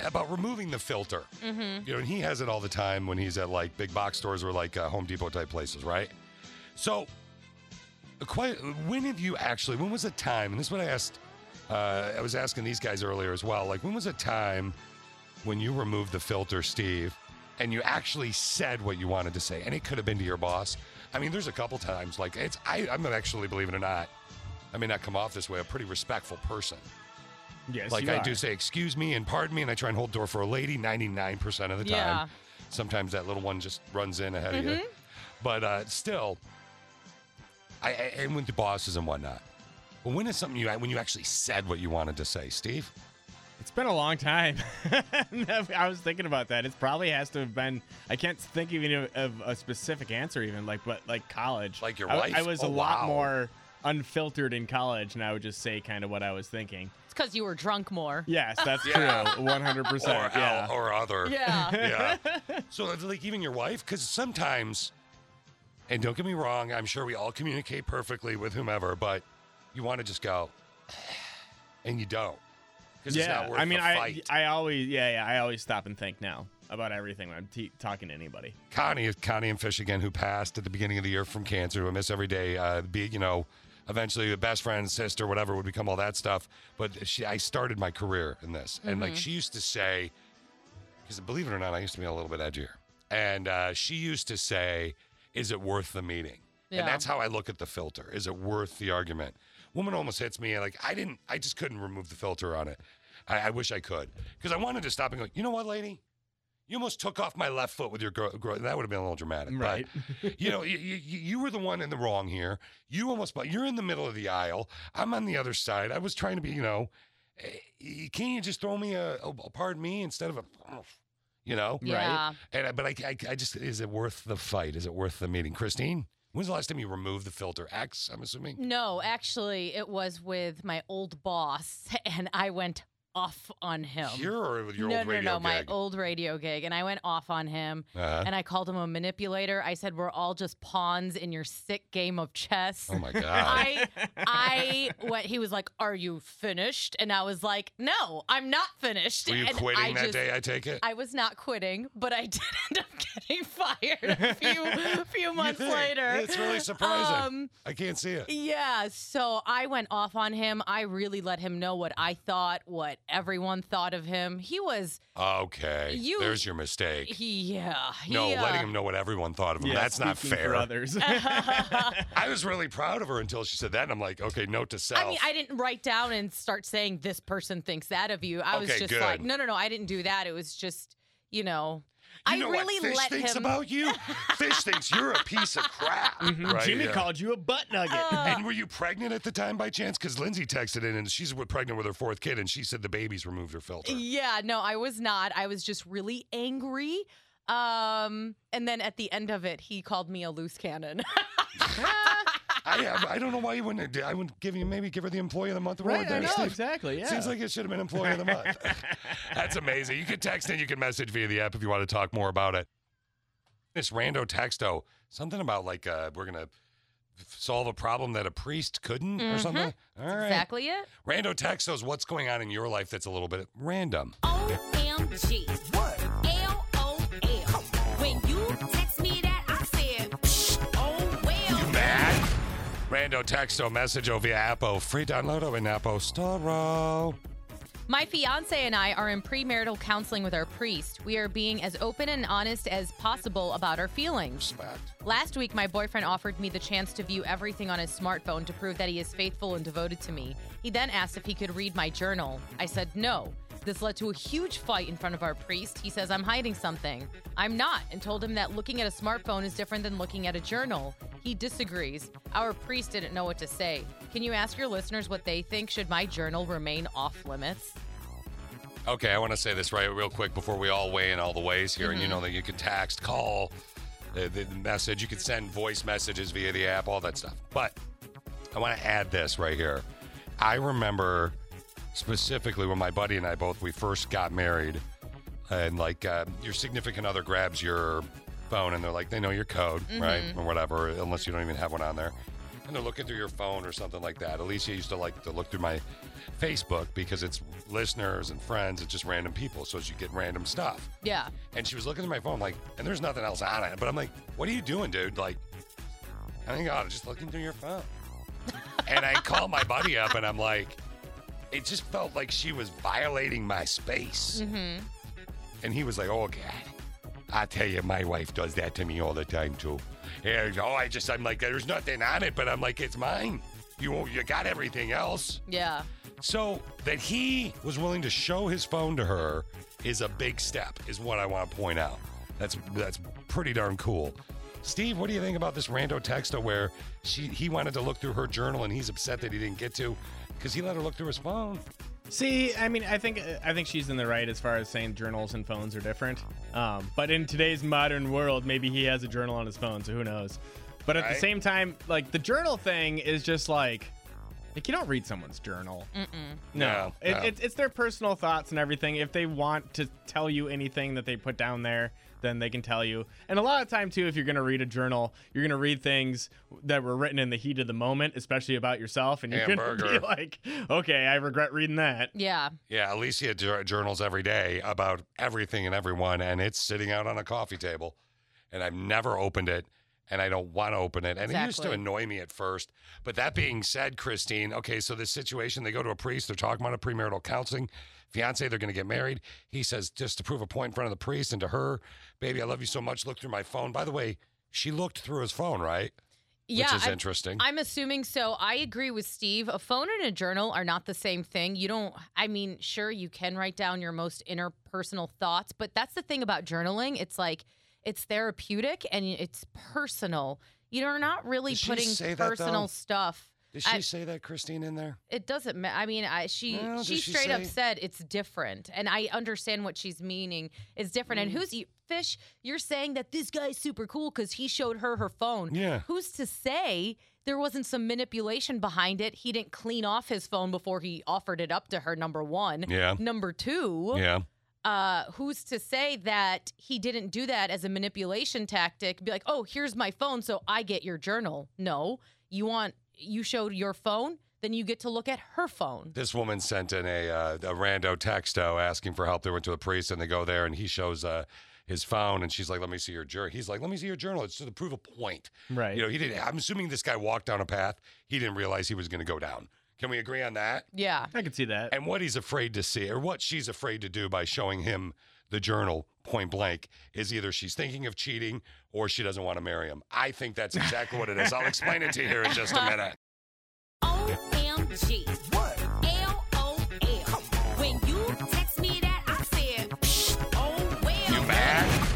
about removing the filter. Mm-hmm. You know, and he has it all the time when he's at like big box stores or like uh, Home Depot type places, right? So quite when have you actually when was a time and this is what i asked uh, i was asking these guys earlier as well like when was a time when you removed the filter steve and you actually said what you wanted to say and it could have been to your boss i mean there's a couple times like it's I, i'm actually believe it or not i may not come off this way a pretty respectful person Yes, like you I are. do say, excuse me and pardon me, and I try and hold door for a lady 99% of the time. Yeah. Sometimes that little one just runs in ahead of you. Mhm. But uh, still, I, I and with the bosses and whatnot. But when is something you when you actually said what you wanted to say, Steve? It's been a long time. I was thinking about that. It probably has to have been. I can't think even of, of a specific answer, even like but like college. Like your I, wife? I was Oh, a lot wow. more unfiltered in college, and I would just say kind of what I was thinking. It's because you were drunk more. Yes, that's true. One hundred percent. Or Yeah. Al or other. Yeah. yeah. So it's like even your wife, because sometimes, and don't get me wrong, I'm sure we all communicate perfectly with whomever, but you want to just go, and you don't, because yeah. it's not worth I mean, the I fight. I always yeah yeah I always stop and think now about everything when I'm te talking to anybody. Connie, Connie and Fish again, who passed at the beginning of the year from cancer, who I miss every day. Uh, be you know, eventually the best friend, sister, whatever would become all that stuff. But she, I started my career in this, and like Mhm. she used to say, because believe it or not, I used to be a little bit edgier, and uh, she used to say, "Is it worth the meeting?" Yeah. And that's how I look at the filter. Is it worth the argument? Woman almost hits me, and like I didn't, I just couldn't remove the filter on it. I, I wish I could, because I wanted to stop and go. You know what, lady? You almost took off my left foot with your gro- gro- that would have been a little dramatic, right? But, you know, you, you, you were the one in the wrong here. You almost, but you're in the middle of the aisle. I'm on the other side. I was trying to be, you know, eh, eh, can you just throw me a, a, a pardon me instead of a, you know, Yeah. right? And I- but I, I, I just is it worth the fight? Is it worth the meeting? Christine, when's the last time you removed the filter? X, I'm assuming. No, actually, it was with my old boss, and I went off on him. Here or with your no, old no, radio no, my gig? old radio gig, and I went off on him, Uh-huh. and I called him a manipulator. I said, "We're all just pawns in your sick game of chess." Oh my God. I, I, what he was like, "Are you finished?" And I was like, "No, I'm not finished." Were you And quitting I that just- day? I take it. I was not quitting, but I did end up getting fired a few, few You months think? later. It's really surprising. Um, I can't see it. yeah, so I went off on him. I really let him know what I thought, what everyone thought of him. He was, Okay, You- there's your mistake. he, yeah. He, No, uh, letting him know what everyone thought of him. Yeah, That's not speaking for fair. others. I was really proud of her until she said that, and I'm like, okay, note to self. I mean, I didn't write down and start saying this person thinks that of you. I was Okay, just good. like, no, no, no, I didn't do that. It was just, you know, I you know really what Fish let thinks him. about you. Fish thinks you're a piece of crap. Right? Mm-hmm. Jimmy Yeah. called you a butt nugget. Uh. and were you pregnant at the time by chance? Because Lindsay texted in and she's pregnant with her fourth kid, and she said the baby's removed her filter. Yeah, no, I was not. I was just really angry. Um, and then at the end of it, he called me a loose cannon. I have, I don't know why you wouldn't. I would give you maybe give her the employee of the month award. Right, I there, know, Steve. exactly, yeah. seems like it should have been employee of the month. That's amazing. You can text and you can message via the app if you want to talk more about it. This rando texto, something about like uh, we're gonna f- solve a problem that a priest couldn't or Mhm. something. All That's right. exactly it. Rando textos, what's going on in your life that's a little bit random? OMG. What? LOL. When you text me that, I said, oh well. Mad. Rando texto message over Apple. Free download over in Apple Store. My fiance and I are in premarital counseling with our priest. We are being as open and honest as possible about our feelings. Last week, my boyfriend offered me the chance to view everything on his smartphone to prove that he is faithful and devoted to me. He then asked if he could read my journal. I said no. This led to a huge fight in front of our priest. He says I'm hiding something. I'm not, and told him that looking at a smartphone is different than looking at a journal. He disagrees. Our priest didn't know what to say. Can you ask your listeners what they think? Should my journal remain off limits? Okay, I want to say this right real quick before we all weigh in all the ways here. And you Mhm. know that you can text, call, uh, the, the message. You can send voice messages via the app, all that stuff. But I want to add this right here. I remember specifically when my buddy and I both we first got married, and like uh, your significant other grabs your phone and they're like, they know your code, right, Mhm. or whatever, unless you don't even have one on there, and they're looking through your phone or something like that. Alicia used to like to look through my Facebook because it's listeners and friends, it's just random people, so you get random stuff. Yeah. And she was looking at my phone, like, and there's nothing else on it. But I'm like, what are you doing, dude? Like, I think, oh, just looking through your phone. and I call my buddy up and I'm like, it just felt like she was violating my space. Mm-hmm. And he was like, oh, God. I tell you, my wife does that to me all the time, too. And, oh, I just, I'm like, there's nothing on it, but I'm like, it's mine. You, you got everything else. Yeah. So that he was willing to show his phone to her is a big step, is what I want to point out. That's that's pretty darn cool. Steve, what do you think about this rando texto where she he wanted to look through her journal and he's upset that he didn't get to because he let her look through his phone. See, I mean, I think I think she's in the right as far as saying journals and phones are different. Um, but in today's modern world, maybe he has a journal on his phone, so who knows? But at Right. the same time, like the journal thing is just like, like you don't read someone's journal. Mm-mm. No, No, it, no. It's, it's their personal thoughts and everything. If they want to tell you anything that they put down there, then they can tell you. And a lot of time too, if you're going to read a journal, you're going to read things that were written in the heat of the moment, especially about yourself, and you're going to be Hamburger. like, "Okay, I regret reading that." Yeah. Yeah, Alicia jour- journals every day about everything and everyone, and it's sitting out on a coffee table, and I've never opened it, and I don't want to open it. And it used to Exactly. annoy me at first. But that being said, Christine, okay, so this situation, they go to a priest, they're talking about a premarital counseling, fiance, they're going to get married. He says, just to prove a point in front of the priest and to her, baby, I love you so much. Look through my phone. By the way, she looked through his phone, right? Yeah, Which is I'm- interesting. I'm assuming so. I agree with Steve. A phone and a journal are not the same thing. You don't, I mean, sure, you can write down your most interpersonal thoughts, but that's the thing about journaling. It's like, it's therapeutic and it's personal. You're not really Did she putting say that, personal though? stuff. Did she I- say that, Christine, in there? It doesn't matter. I mean, I, she Well, she does she straight up say- said it's different, and I understand what she's meaning. It's different. Mm. And who's fish? You're saying that this guy's super cool because he showed her her phone. Yeah. Who's to say there wasn't some manipulation behind it? He didn't clean off his phone before he offered it up to her. Number one. Yeah. Number two. Yeah. Uh, who's to say that he didn't do that as a manipulation tactic? Be like, oh, here's my phone, so I get your journal. No, you want you showed your phone, then you get to look at her phone. This woman sent in a, uh, a rando texto asking for help. They went to the priest and they go there and he shows uh, his phone and she's like, "Let me see your journal." He's like, "Let me see your journal." It's to prove a point, Right. You know, he didn't. I'm assuming this guy walked down a path he didn't realize he was going to go down. Can we agree on that? Yeah. I could see that. And what he's afraid to see, or what she's afraid to do by showing him the journal point blank, is either she's thinking of cheating or she doesn't want to marry him. I think that's exactly what it is. I'll explain it to you here in just a minute. OMG. What? LOL. When you text me that, I said, "Psh, oh well. You mad?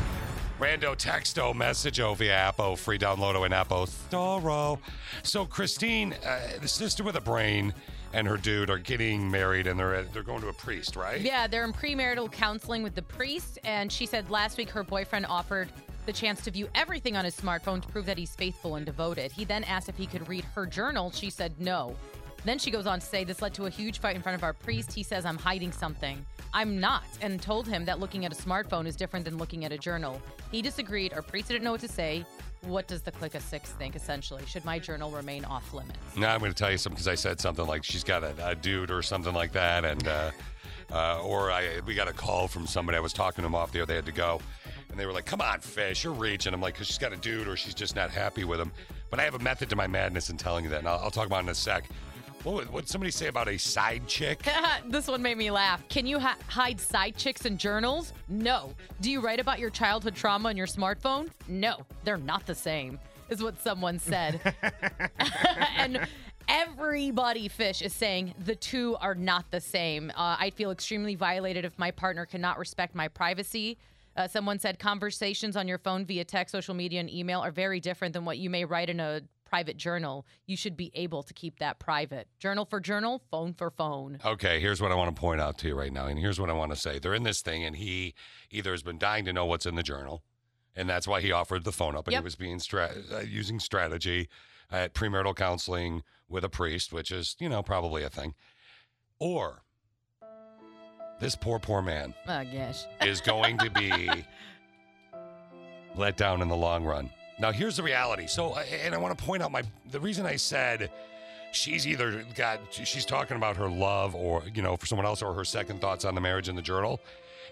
Rando texto message over Apple, free download in Apple Store. So Christine, uh, the sister with a brain, and her dude are getting married, and they're they're going to a priest, right? Yeah, they're in premarital counseling with the priest, and she said last week her boyfriend offered the chance to view everything on his smartphone to prove that he's faithful and devoted. He then asked if he could read her journal. She said no. Then she goes on to say, This led to a huge fight in front of our priest. He says, I'm hiding something. I'm not, and told him that looking at a smartphone is different than looking at a journal. He disagreed. Our priest didn't know what to say. What does the click of six think, essentially? Should my journal remain off limits? Now I'm going to tell you something because I said something like she's got a, a dude or something like that, and uh, uh, or I we got a call from somebody. I was talking to them off the air. They had to go, and they were like, "Come on, fish, you're reaching." I'm like, "Cause she's got a dude, or she's just not happy with him." But I have a method to my madness in telling you that, and I'll, I'll talk about it in a sec. What would what'd somebody say about a side chick? this one made me laugh. Can you hi- hide side chicks in journals? No. Do you write about your childhood trauma in your smartphone? No. They're not the same, is what someone said. and everybody fish is saying the two are not the same. Uh, I feel extremely violated if my partner cannot respect my privacy. Uh, someone said conversations on your phone via text, social media, and email are very different than what you may write in a private journal. You should be able to keep that private. Journal for journal, phone for phone. Okay, here's what I want to point out to you right now, and here's what I want to say. They're in this thing, and he either has been dying to know what's in the journal, and that's why he offered the phone up, and Yep. he was being stra- uh, using strategy at premarital counseling with a priest, which is you know probably a thing, or this poor poor man Oh gosh. is going to be let down in the long run. Now, here's the reality. So, I- and I want to point out my the reason I said she's either got she's talking about her love or you know for someone else or her second thoughts on the marriage in the journal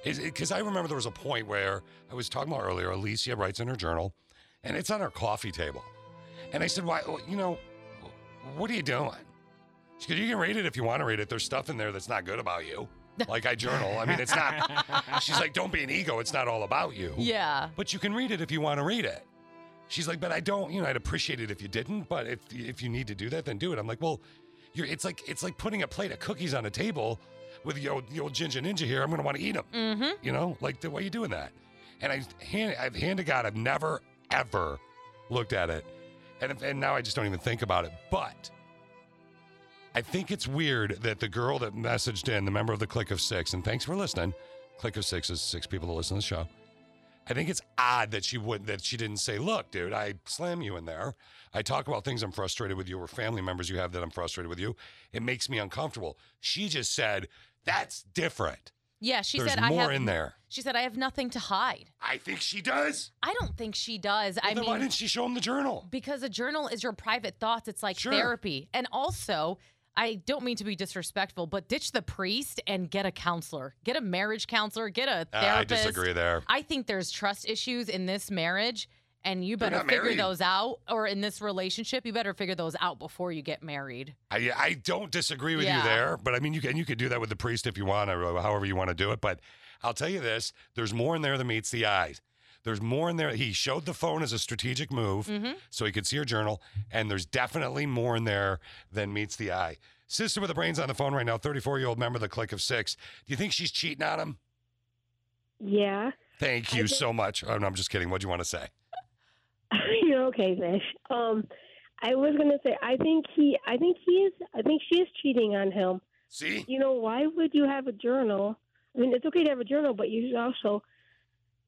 is because I remember there was a point where I was talking about earlier. Alicia writes in her journal, and it's on her coffee table, and I said, "Why? well, You know, What are you doing? She goes, You can read it if you want to read it. There's stuff in there that's not good about you. Like I journal. I mean, it's not. She's like, Don't be an ego. It's not all about you. Yeah. But you can read it if you want to read it. She's like, But I don't, you know, I'd appreciate it if you didn't. But if, if you need to do that, then do it. I'm like, Well, you're, it's like it's like putting a plate of cookies on a table with the old, the old ginger ninja here. I'm going to want to eat them. Mm-hmm. You know, like the, why are you doing that? And I hand, I've hand to God, I've never ever looked at it, and if- and now I just don't even think about it. But I think it's weird that the girl that messaged in, the member of the Click of Six, and thanks for listening. Click of Six is six people that listen to the show. I think it's odd that she would that she didn't say, "Look, dude, I slam you in there. I talk about things I'm frustrated with you or family members you have that I'm frustrated with you. It makes me uncomfortable." She just said, "That's different." Yeah, she There's said I more have in there. She said I have nothing to hide. I think she does. I don't think she does. I then mean, why didn't she show him the journal? Because a journal is your private thoughts. It's like Sure. therapy. And also, I don't mean to be disrespectful, but ditch the priest and get a counselor. Get a marriage counselor. Get a Uh, I therapist. disagree there. I think there's trust issues in this marriage, and you They're better not figure married. those out. Or in this relationship, you better figure those out before you get married. I I don't disagree with Yeah. you there, but I mean you can you could do that with the priest if you want, or however you want to do it. But I'll tell you this: there's more in there than meets the eye. There's more in there. He showed the phone as a strategic move, Mhm. so he could see her journal, and there's definitely more in there than meets the eye. Sister with the brains on the phone right now, 34 year old member of the Click of Six. Do you think she's cheating on him? Yeah. Thank you so much. Oh, no, I'm just kidding. What do you want to say? You're okay, Fish. Um, I was gonna say I think he I think he is I think she is cheating on him. See? You know, why would you have a journal? I mean it's okay to have a journal, but you should also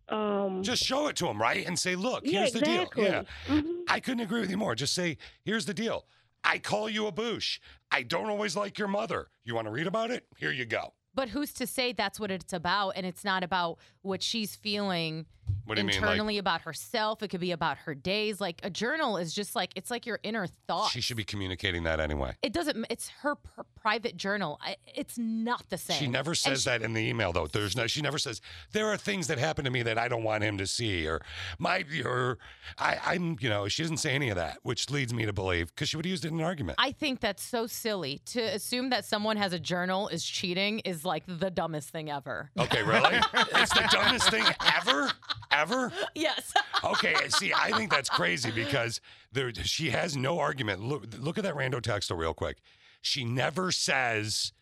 um Just show it to him, right? And say, look, Yeah, here's exactly. Mm-hmm. the deal. Yeah. I couldn't agree with you more. Just say, here's the deal. I call you a boosh. I don't always like your mother. You want to read about it? Here you go. But who's to say that's what it's about? And it's not about what she's feeling What do you mean, like- internally about herself. It could be about her days. Like a journal is just like it's like your inner thought. She should be communicating that anyway. It doesn't. It's her pr- private journal. I, it's not the same. She never And says that in the email though. There's no she never says there are things that happen to me that I don't want him to see or my or I, I'm you know, she doesn't say any of that, which leads me to believe because she would have used it in an argument. I think that's so silly to assume that someone has a journal is cheating is like the dumbest thing ever. Okay, really? it's the dumbest thing ever? Ever? Yes. Okay, see, I think that's crazy because there she has no argument. Look, look at that rando text real quick. She never says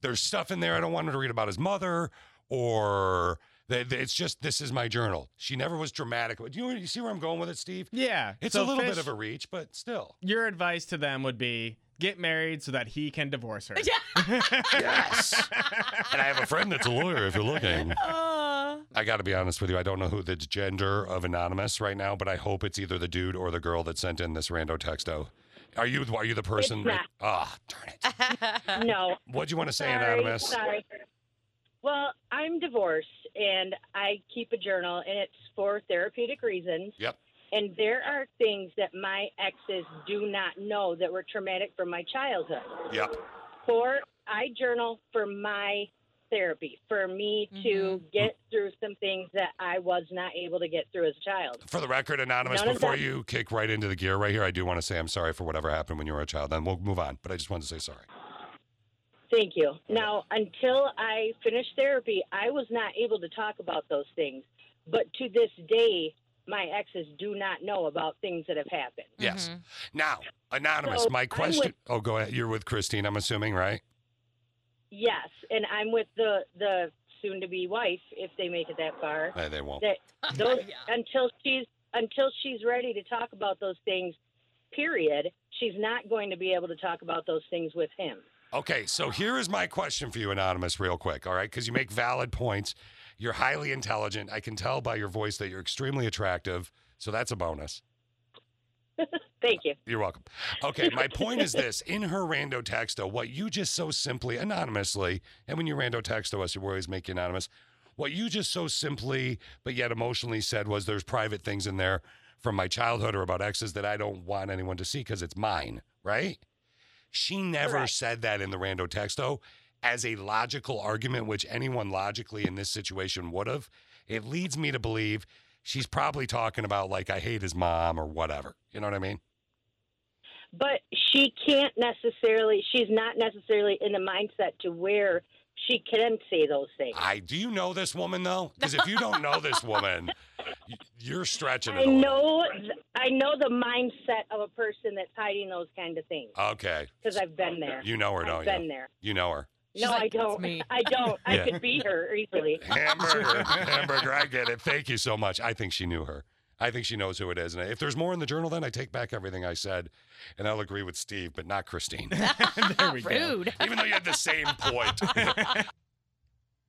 there's stuff in there I don't want her to read about his mother or that that it's just this is my journal. She never was dramatic. Do you, you see where I'm going with it, Steve? Yeah. It's so a little Fish- bit of a reach, but still. Your advice to them would be get married so that he can divorce her. yes. And I have a friend that's a lawyer if you're looking. Ah, I got to be honest with you. I don't know who the gender of anonymous right now, but I hope it's either the dude or the girl that sent in this rando texto. Are you are you the person? It's that- not. Ah, no. what do you want to say, sorry, anonymous? Sorry. Well, I'm divorced and I keep a journal and it's for therapeutic reasons. Yep. And there are things that my exes do not know that were traumatic from my childhood. Yep. For I journal for my therapy, for me to get through some things that I was not able to get through as a child. For the record, anonymous, None of before that- you kick right into the gear right here, I do want to say I'm sorry for whatever happened when you were a child. Then we'll move on, but I just wanted to say sorry. Mm-hmm. Thank you. Now, until I finished therapy, I was not able to talk about those things. But to this day, my exes do not know about things that have happened. Yes. Now, anonymous, So, my I'm question. with- oh, go ahead. You're with Christine, I'm assuming, right? Yes, and I'm with the the soon to be wife if they make it that far. Eh, they won't. That those until she's until she's ready to talk about those things, period, she's not going to be able to talk about those things with him. Okay, so here is my question for you, Anonymous, real quick, all right? Because you make valid points. You're highly intelligent. I can tell by your voice that you're extremely attractive. So that's a bonus. Thank you. You're welcome. Okay, my point is this in her rando texto, what you just so simply, anonymously, and when you rando texto us, we always make you anonymous. What you just so simply, but yet emotionally said was there's private things in there from my childhood or about exes that I don't want anyone to see because it's mine, right? She never said that in the rando texto as a logical argument, which anyone logically in this situation would have. It leads me to believe she's probably talking about like I hate his mom or whatever. You know what I mean? but she can't necessarily. She's not necessarily in the mindset to where she can say those things. I do you know this woman though? Because if you don't know this woman, y- you're stretching I it. a little. know, th- I know the mindset of a person that's hiding those kind of things Okay. because I've been there. Uh, You know her, I've don't you? been there. You know her. no, I don't. I don't. Yeah. I could be her easily. Hamburger, hamburger. I get it. Thank you so much. I think she knew her. I think she knows who it is. And if there's more in the journal, then I take back everything I said, and I'll agree with Steve, but not Christine. there we Rude. Even though you had the same point.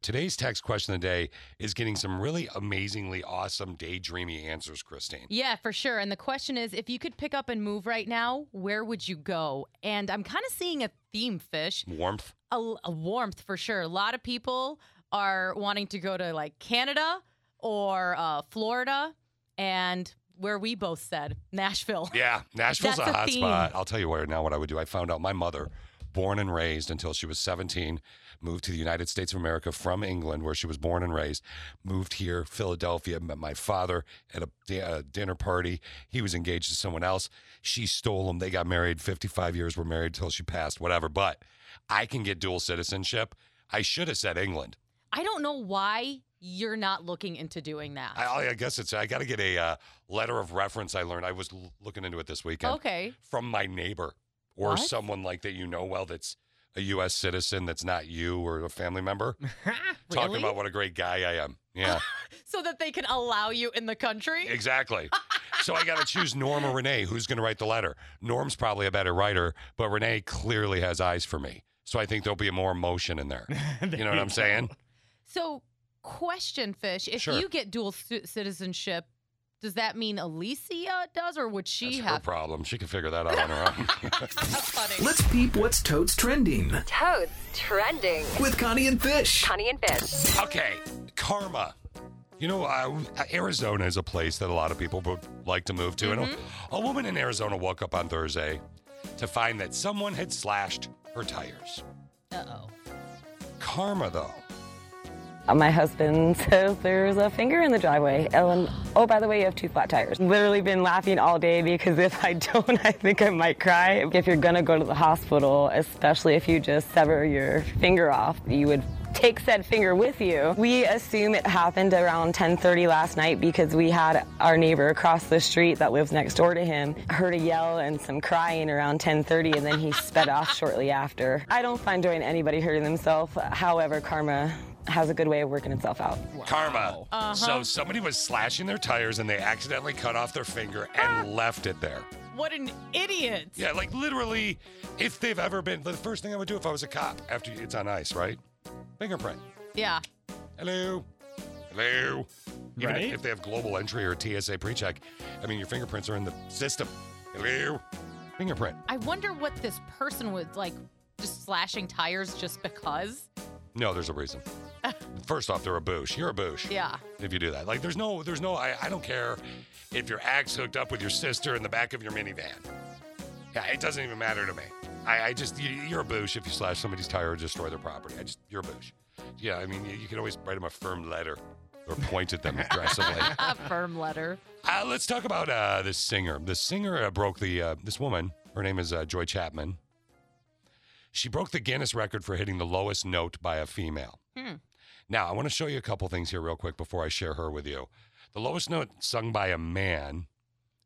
Today's text question of the day is getting some really amazingly awesome daydreamy answers, Christine. Yeah, for sure. And the question is if you could pick up and move right now, where would you go? And I'm kind of seeing a theme fish, Warmth. a, a warmth for sure. A lot of people are wanting to go to like Canada or uh, Florida and where we both said Nashville. Yeah, Nashville's That's a a hot theme. spot. I'll tell you where now what I would do. I found out my mother, born and raised until she was 17, moved to the United States of America from England, where she was born and raised, moved here, Philadelphia, met my father at a, di- a dinner party. He was engaged to someone else. She stole him. They got married. 55 years were married till she passed, whatever. But I can get dual citizenship. I should have said England. I don't know why you're not looking into doing that. I, I guess it's, I got to get a uh, letter of reference I learned. I was l- looking into it this weekend Okay. from my neighbor or What? someone like that you know well that's a U.S. citizen that's not you or a family member. Talking Really? Ah, about what a great guy I am. Yeah, So that they can allow you in the country. exactly. So I got to choose Norm or Renee. Who's going to write the letter? Norm's probably a better writer, but Renee clearly has eyes for me. So I think there'll be more emotion in there. you know what I'm saying? So, question, Fish: If Sure. you get dual ci- citizenship, does that mean Alicia does, or would she Her have? problem. She can figure that out on her own. Let's peep what's totes trending Toads trending. with Connie and Fish. Connie and Fish. Okay, karma. You know, uh, Arizona is a place that a lot of people would like to move to. And Mhm. a, a woman in Arizona woke up on Thursday to find that someone had slashed her tires. Uh oh. Karma, though. My husband says there's a finger in the driveway. And oh, by the way, you have two flat tires. Literally been laughing all day because if I don't, I think I might cry. If you're gonna go to the hospital, especially if you just sever your finger off, you would take said finger with you. We assume it happened around 10:30 last night because we had our neighbor across the street that lives next door to him heard a yell and some crying around 10:30 and then he sped off shortly after. I don't find joy in anybody hurting themselves. However, karma has a good way of working itself out. Karma. Uh-huh. So somebody was slashing their tires and they accidentally cut off their finger and left it there. What an idiot! Yeah, like literally, if they've ever been, the first thing I would do if I was a cop after it's on ice, right? Fingerprint. Yeah. Hello. Hello. Even Right? if they have global entry or TSA pre-check, I mean, your fingerprints are in the system. Hello. Fingerprint. I wonder what this person would like, just slashing tires just because. No, there's a reason. First off, they're a boosh. You're a boosh. Yeah. If you do that, like, there's no, there's no. I, I don't care if your axe hooked up with your sister in the back of your minivan. Yeah, it doesn't even matter to me. I, I just, you, you're a boosh if you slash somebody's tire or destroy their property. I just, you're a boosh. Yeah, I mean, you, you can always write them a firm letter or point at them aggressively. A firm letter. Uh, let's talk about uh, this singer. The singer uh, broke the uh, this woman. Her name is uh, Joy Chapman. She broke the Guinness record for hitting the lowest note by a female. Hmm. Now, I want to show you a couple things here real quick before I share her with you. The lowest note sung by a man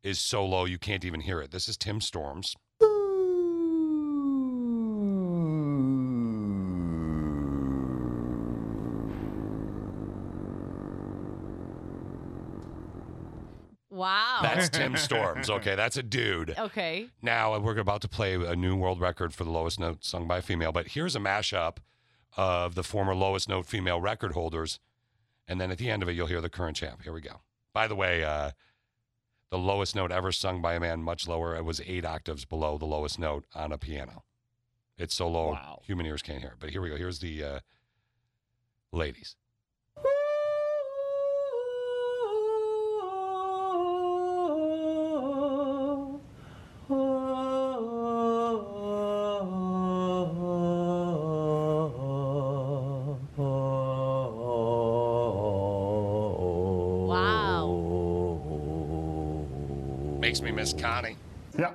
is so low you can't even hear it. This is Tim Storms. Wow. That's Tim Storms. Okay, that's a dude. Okay. Now we're about to play a new world record for the lowest note sung by a female, but here's a mashup of the former lowest note female record holders, and then at the end of it, you'll hear the current champ. Here we go. By the way, uh, the lowest note ever sung by a man, much lower, it was eight octaves below the lowest note on a piano. It's so low, human ears can't hear it. But here we go. Here's the uh, ladies. Wow. Makes me miss Connie. Yes.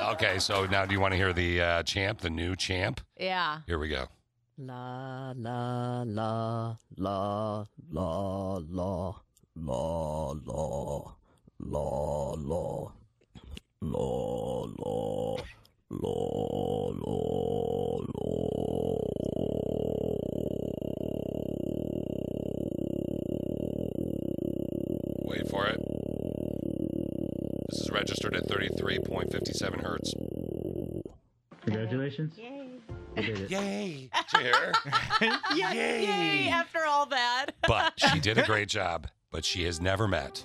Okay, so now do you want to hear the uh, champ, the new champ? Yeah. Here we go. La la la la la la la la la la la la la la Wait for it. This is registered at 33.57 hertz. Congratulations. You did it. Yay. Did you hear? Yay. Yay. After all that. But she did a great job, but she has never met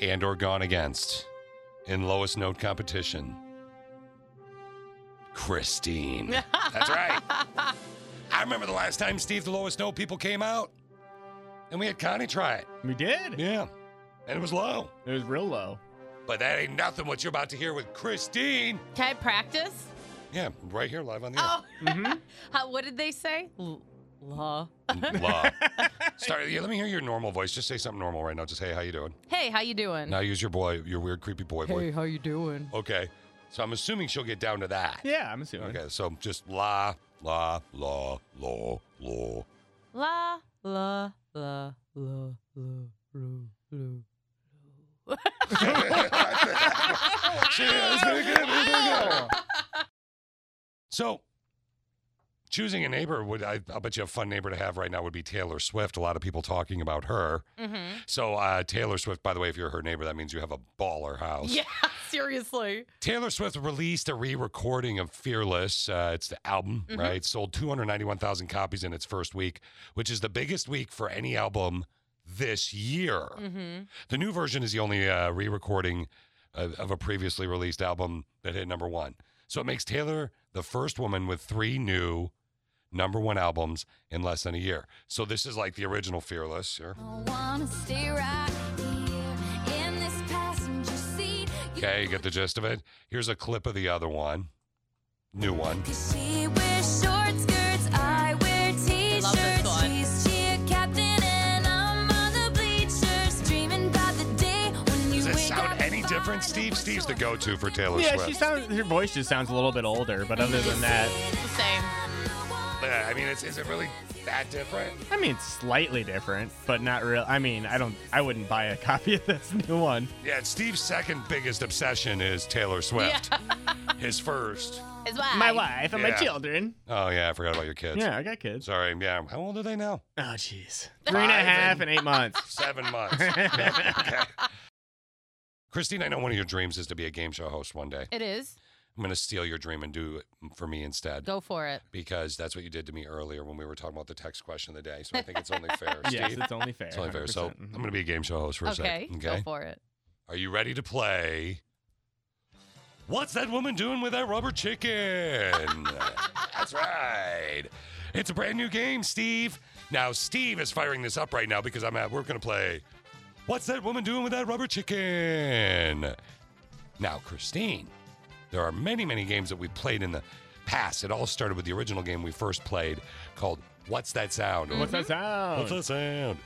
and or gone against in lowest note competition. Christine. That's right. I remember the last time Steve the lowest note people came out and we had Connie try it. We did. Yeah. And it was low. It was real low. But that ain't nothing what you're about to hear with Christine. Can I practice? Yeah, right here live on the air. Oh. How, what did they say? L- La. Law. Mm, Start, yeah, let me hear your normal voice. Just say something normal right now. Just hey, how you doing? Hey, how you doing? Now use your boy, your weird, creepy boy voice. how you doing? Okay. So I'm assuming she'll get down to that. Yeah, I'm assuming. Okay. So just la, la, la, la, la. La la la la la la la. Ah! So choosing a neighbor would, I, I'll bet you a fun neighbor to have right now would be Taylor Swift. A lot of people talking about her. Mm-hmm. So uh, Taylor Swift, by the way, if you're her neighbor, that means you have a baller house. Yeah, seriously. Taylor Swift released a re-recording of Fearless. Uh, it's the album, Mhm. right? Sold 291,000 copies in its first week, which is the biggest week for any album this year. Mm-hmm. The new version is the only uh, re-recording of, of a previously released album that hit number one. So it makes Taylor the first woman with three new number one albums in less than a year. So this is like the original Fearless. Here. Wanna stay right here in this passenger seat. Okay, you get the gist of it. Here's a clip of the other one, new one. She wears short skirts, I wear t-shirts. She's cheer captain and I'm on the bleachers, dreaming about the day when you Does it wake up. sound any different, Steve? Steve's the go-to for Taylor yeah, Swift. she sounds. Her voice just sounds a little bit older, but other than that, Same. Yeah, Uh, I mean, it's, is it really that different? I mean, it's slightly different, but not real. I mean, I don't. I wouldn't buy a copy of this new one. Yeah, Steve's second biggest obsession is Taylor Swift. His first. His wife. My wife and my Yeah. children. Oh yeah, I forgot about your kids. Yeah, I got kids. Sorry. Yeah. How old are they now? Oh, jeez. Three and a half and eight months. Seven months. Okay. Christine, I know one of your dreams is to be a game show host one day. It is. I'm going to steal your dream and do it for me instead. Go for it. Because that's what you did to me earlier when we were talking about the text question of the day. So I think it's only fair. Yes, Steve. it's only fair, It's only fair. So 100%. I'm going to be a game show host for Okay. a second. Go for it. Are you ready to play? What's that woman doing with that rubber chicken? That's right. It's a brand new game, Steve. Now, Steve is firing this up right now because I'm at, we're going to play What's that woman doing with that rubber chicken? Now, Christine, there are many, many games that we played in the past. It all started with the original game we first played called What's That Sound? or What's that sound? What's that sound?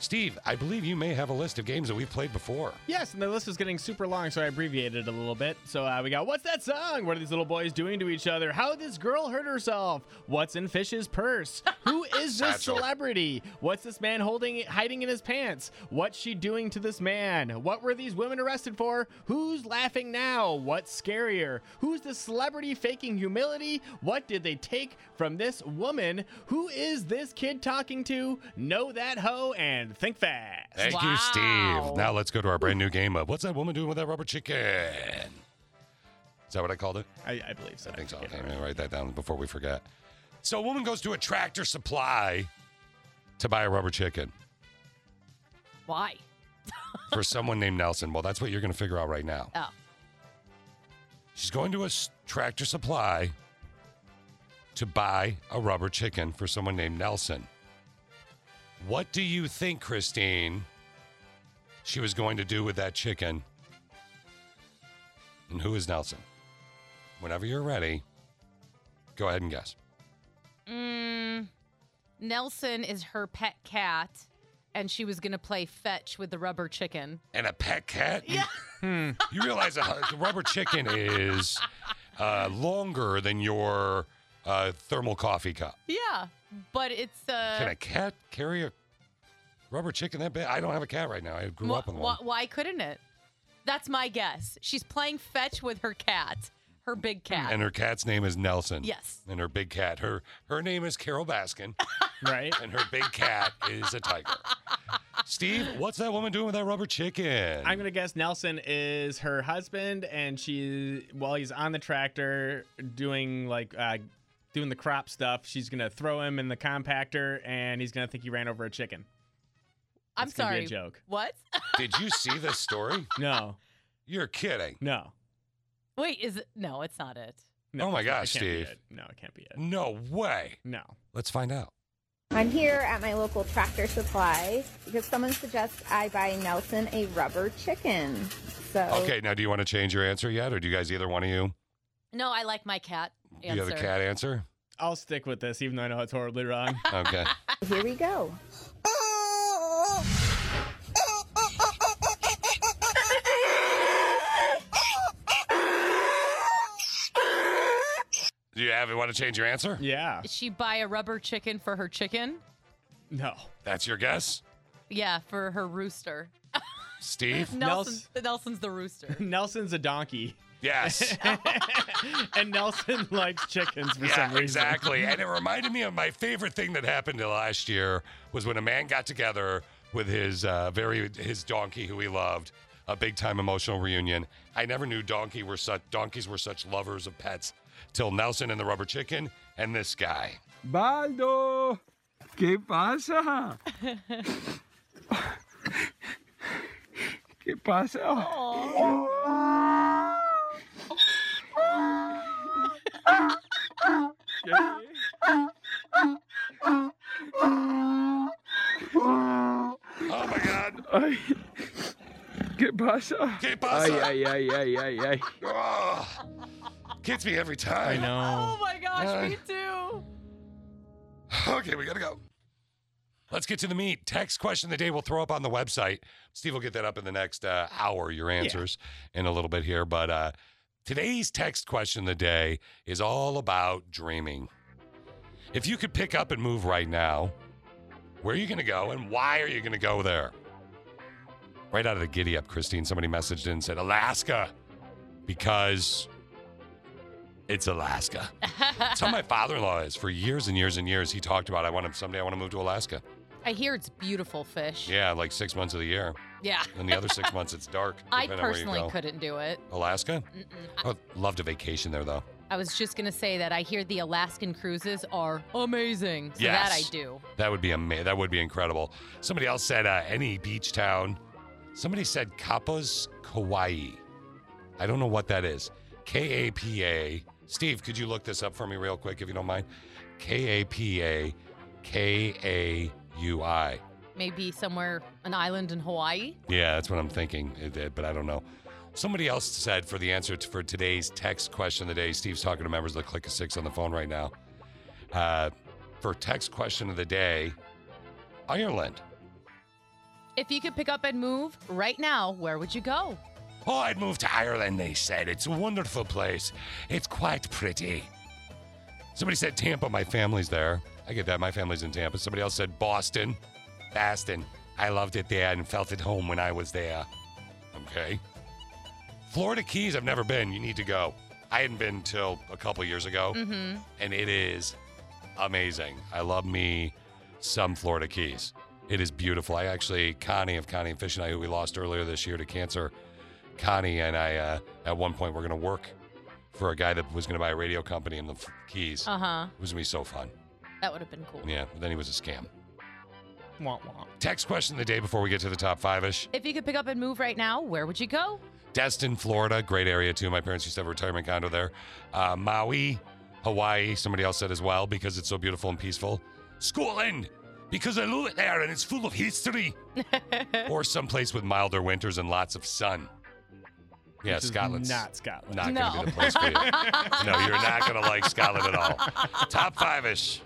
Steve, I believe you may have a list of games that we've played before. Yes, and the list was getting super long, so I abbreviated it a little bit. So uh, we got what's that song? What are these little boys doing to each other? How this girl hurt herself? What's in fish's purse? Who is this Satchel. celebrity? What's this man holding hiding in his pants? What's she doing to this man? What were these women arrested for? Who's laughing now? What's scarier? Who's the celebrity faking humility? What did they take from this woman? Who is this kid talking to? Know that hoe and think fast. Thank you, Steve. Now let's go to our brand new game of What's That Woman Doing with That Rubber Chicken? Is that what I called it? I, I believe so. I think so. Okay, I'm going to write that down before we forget. So a woman goes to a tractor supply to buy a rubber chicken Why? for someone named Nelson. Well, that's what you're going to figure out right now. Oh. She's going to a s- tractor supply to buy a rubber chicken for someone named Nelson. What do you think, Christine, she was going to do with that chicken? And who is Nelson? Whenever you're ready, go ahead and guess. Mm, Nelson is her pet cat, and she was gonna play fetch with the rubber chicken. and a pet cat. Hmm. Yeah. You realize a hu- rubber chicken is uh, longer than your uh, thermal coffee cup. Yeah, but it's uh. Can a cat carry a rubber chicken that big? I don't have a cat right now. I grew up with one. Why, why couldn't it? That's my guess. She's playing fetch with her cat, her big cat. And her cat's name is Nelson. Yes. And her big cat, her her name is Carol Baskin. right. And her big cat is a tiger. Steve, what's that woman doing with that rubber chicken? I'm gonna guess Nelson is her husband, and she while he's on the tractor doing like uh, doing the crop stuff, she's gonna throw him in the compactor, and he's gonna think he ran over a chicken. I'm it's gonna sorry. be a joke. What? Did you see this story? No. You're kidding. No. Wait, is it? No, it's not it. oh my it's not- gosh, it can't be Steve. it. No, it can't be it. No way. No. Let's find out. I'm here at my local tractor supply because someone suggests I buy Nelson a rubber chicken. So Oh. Okay, now do you want to change your answer yet, or do you guys either one of you? No, I like my cat Do you answer. have a cat answer? I'll stick with this, even though I know it's horribly wrong. Okay. here we go. Do you have want to change your answer? Yeah. Did she buy a rubber chicken for her chicken? No. That's your guess, Yeah, for her rooster. Steve. Nelson's, Nelson's the rooster. Nelson's a donkey. Yes. and Nelson likes chickens for yeah, some reason. exactly. And it reminded me of my favorite thing that happened to last year was when a man got together with his uh, very his donkey who he loved, a big time emotional reunion. I never knew donkey were such donkeys were such lovers of pets till Nelson and the rubber chicken and this guy. Baldo, ¿qué pasa? ¿Qué pasa? Oh my God. Ay, ¿Qué pasa? ¿Qué pasa? Ay, ay, ay, ay, ay, ay. Gets me every time. I know. Oh my gosh, Uh, me too. Okay, we gotta go. Let's get to the meat. Text question of the day we'll throw up on the website. Steve will get that up in the next uh, hour, your answers in a little bit here. But uh, today's text question of the day is all about dreaming. If you could pick up and move right now, where are you going to go and why are you going to go there? Right out of the giddy up, Christine, somebody messaged in and said, Alaska, because it's Alaska. That's how my father-in-law is. For years and years and years, he talked about I want to someday I want to move to Alaska. I hear it's beautiful fish. Yeah, like six months of the year, Yeah. and the other six months it's dark. I depending on where you personally go. couldn't do it. Alaska. Mm-mm. I would love to vacation there though. I was just gonna say that I hear the Alaskan cruises are amazing. So yes, that I do. That would be amazing. That would be incredible. Somebody else said uh, any beach town. Somebody said Kapa's Kauai. I don't know what that is. K A P A. Steve, could you look this up for me real quick if you don't mind? K A P A K A U I. Maybe somewhere an island in Hawaii. Yeah, that's what I'm thinking, it- it- but I don't know. Somebody else said for the answer to, for today's text question of the day, Steve's talking to members of the Click of Six on the phone right now. Uh, for text question of the day, Ireland. If you could pick up and move right now, where would you go? Oh, I'd move to Ireland, they said. It's a wonderful place. It's quite pretty. Somebody said Tampa, my family's there. I get that. My family's in Tampa. Somebody else said Boston. Boston. I loved it there and felt at home when I was there. Okay. Florida Keys, I've never been. You need to go. I hadn't been till a couple years ago, Mm-hmm. and it is amazing. I love me some Florida Keys. It is beautiful. I actually, Connie of Connie and Fish and I, who we lost earlier this year to cancer, Connie and I, uh, at one point, were going to work for a guy that was going to buy a radio company in the F- Keys. Uh huh. It was going to be so fun. That would have been cool. Yeah, but then he was a scam. Womp womp. Text question of the day before we get to the top five ish. If you could pick up and move right now, where would you go? Destin, Florida, great area too. My parents used to have a retirement condo there. Uh, Maui, Hawaii, somebody else said as well because it's so beautiful and peaceful. Scotland, because I love it there and it's full of history. or someplace with milder winters and lots of sun. Yeah, Which is Scotland's not Scotland. Not going to be the place for you. no, you're not going to like Scotland at all. Top five ish.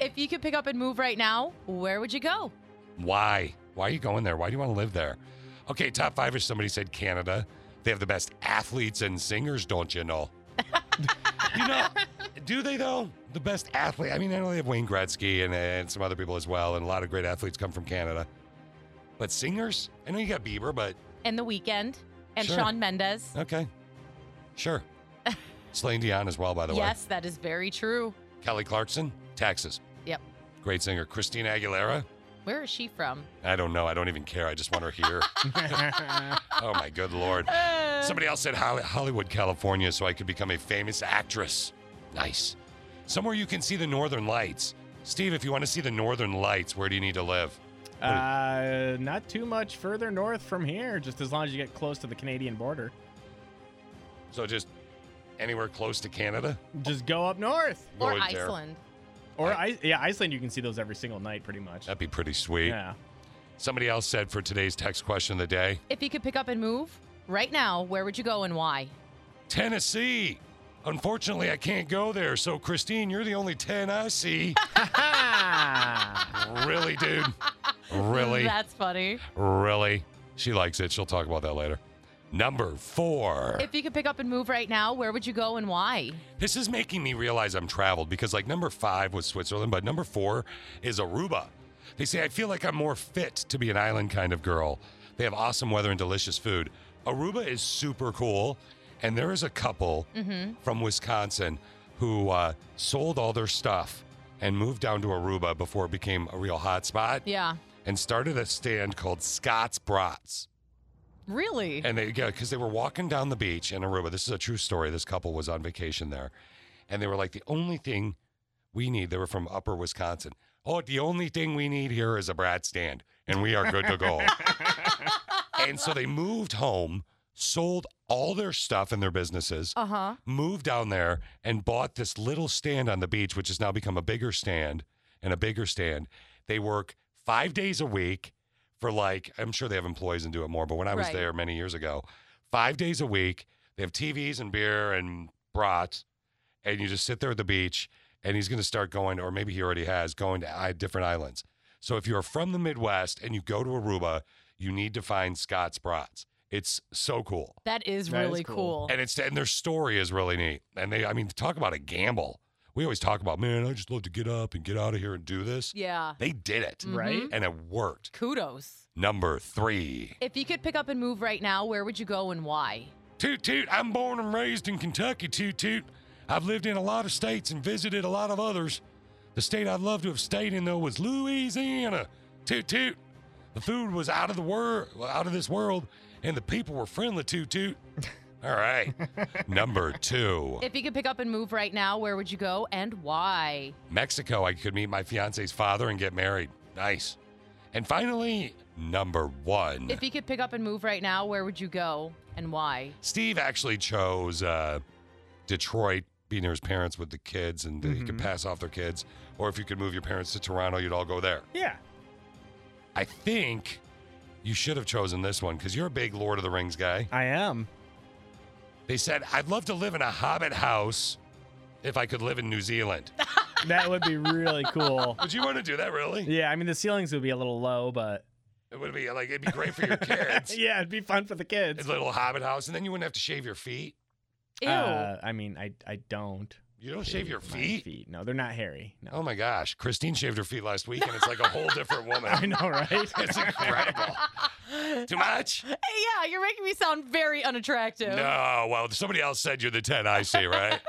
If you could pick up and move right now, where would you go? Why? Why are you going there? Why do you want to live there? Okay, top five is somebody said Canada. They have the best athletes and singers, don't you know? you know, do they though? The best athlete. I mean, I know they have Wayne Gretzky and, and some other people as well, and a lot of great athletes come from Canada. But singers? I know you got Bieber, but And The Weekend and Sure. Sean Mendez. okay, sure. Celine Dion as well, by the Yes, that is very true. way. Kelly Clarkson, Texas, Yep. great singer. Christina Aguilera. Where is she from? I don't know. I don't even care. I just want her here. oh my good lord! Somebody else said Holly- Hollywood, California, so I could become a famous actress. Nice. Somewhere you can see the Northern Lights. Steve, if you want to see the Northern Lights, where do you need to live? Uh, not too much further north from here, just as long as you get close to the Canadian border. So just anywhere close to Canada. Just go up north. Or Going there. Iceland. Or I- yeah, Iceland. You can see those every single night, pretty much. That'd be pretty sweet. Yeah. Somebody else said for today's text question of the day, If you could pick up and move right now, where would you go and why? Tennessee. Unfortunately, I can't go there. So Christine, you're the only ten I see. really, dude. Really. That's funny. Really? She likes it. She'll talk about that later. Number four. If you could pick up and move right now, where would you go and why? This is making me realize I'm traveled because, like, number five was Switzerland, but number four is Aruba. They say, I feel like I'm more fit to be an island kind of girl. They have awesome weather and delicious food. Aruba is super cool. And there is a couple Mhm. from Wisconsin who uh, sold all their stuff and moved down to Aruba before it became a real hot spot Yeah. and started a stand called Scott's Brats. Really? And they, yeah, because they were walking down the beach in Aruba. This is a true story. This couple was on vacation there. And they were like, the only thing we need, they were from upper Wisconsin. Oh, the only thing we need here is a brat stand, and we are good to go. and so they moved home, sold all their stuff and their businesses, Uh huh. moved down there, and bought this little stand on the beach, which has now become a bigger stand and a bigger stand. They work five days a week for like, I'm sure they have employees and do it more, but when I was Right. there many years ago, five days a week, they have TVs and beer and brats, and you just sit there at the beach, and he's going to start going, or maybe he already has, going to i- different islands. So if you're from the Midwest and you go to Aruba, you need to find Scott's Brats. It's so cool. That is That is really cool. cool. And it's and their story is really neat. And they I mean talk about a gamble. We always talk about, man, I just love to get up and get out of here and do this. Yeah. They did it. Mm-hmm. Right. Mhm. And it worked. Kudos. Number three. If you could pick up and move right now, where would you go and why? Toot toot. I'm born and raised in Kentucky, toot toot. I've lived in a lot of states and visited a lot of others. The state I'd love to have stayed in though was Louisiana. Toot toot. The food was out of the world, out of this world, and the people were friendly. Toot toot. All right. Number two. If you could pick up and move right now, where would you go and why? Mexico. I could meet my fiance's father and get married. Nice. And finally, number one. If you could pick up and move right now, where would you go and why? Steve actually chose uh, Detroit, being near his parents with the kids, and he could Mhm. pass off their kids. Or if you could move your parents to Toronto, you'd all go there. Yeah. I think you should have chosen this one because you're a big Lord of the Rings guy. I am. They said, I'd love to live in a hobbit house if I could live in New Zealand. That would be really cool. Would you want to do that, really? Yeah, I mean the ceilings would be a little low, but It would be like, it'd be great for your kids. yeah, it'd be fun for the kids. It's a little hobbit house, and then you wouldn't have to shave your feet. Ew. Uh, I mean, I I don't. You don't shave your my feet? feet? No, they're not hairy. No. Oh my gosh. Christine shaved her feet last week, and it's like a whole different woman. I know, right? it's incredible. Too much? yeah, you're making me sound very unattractive. No, well, somebody else said you're the 10 I see, right?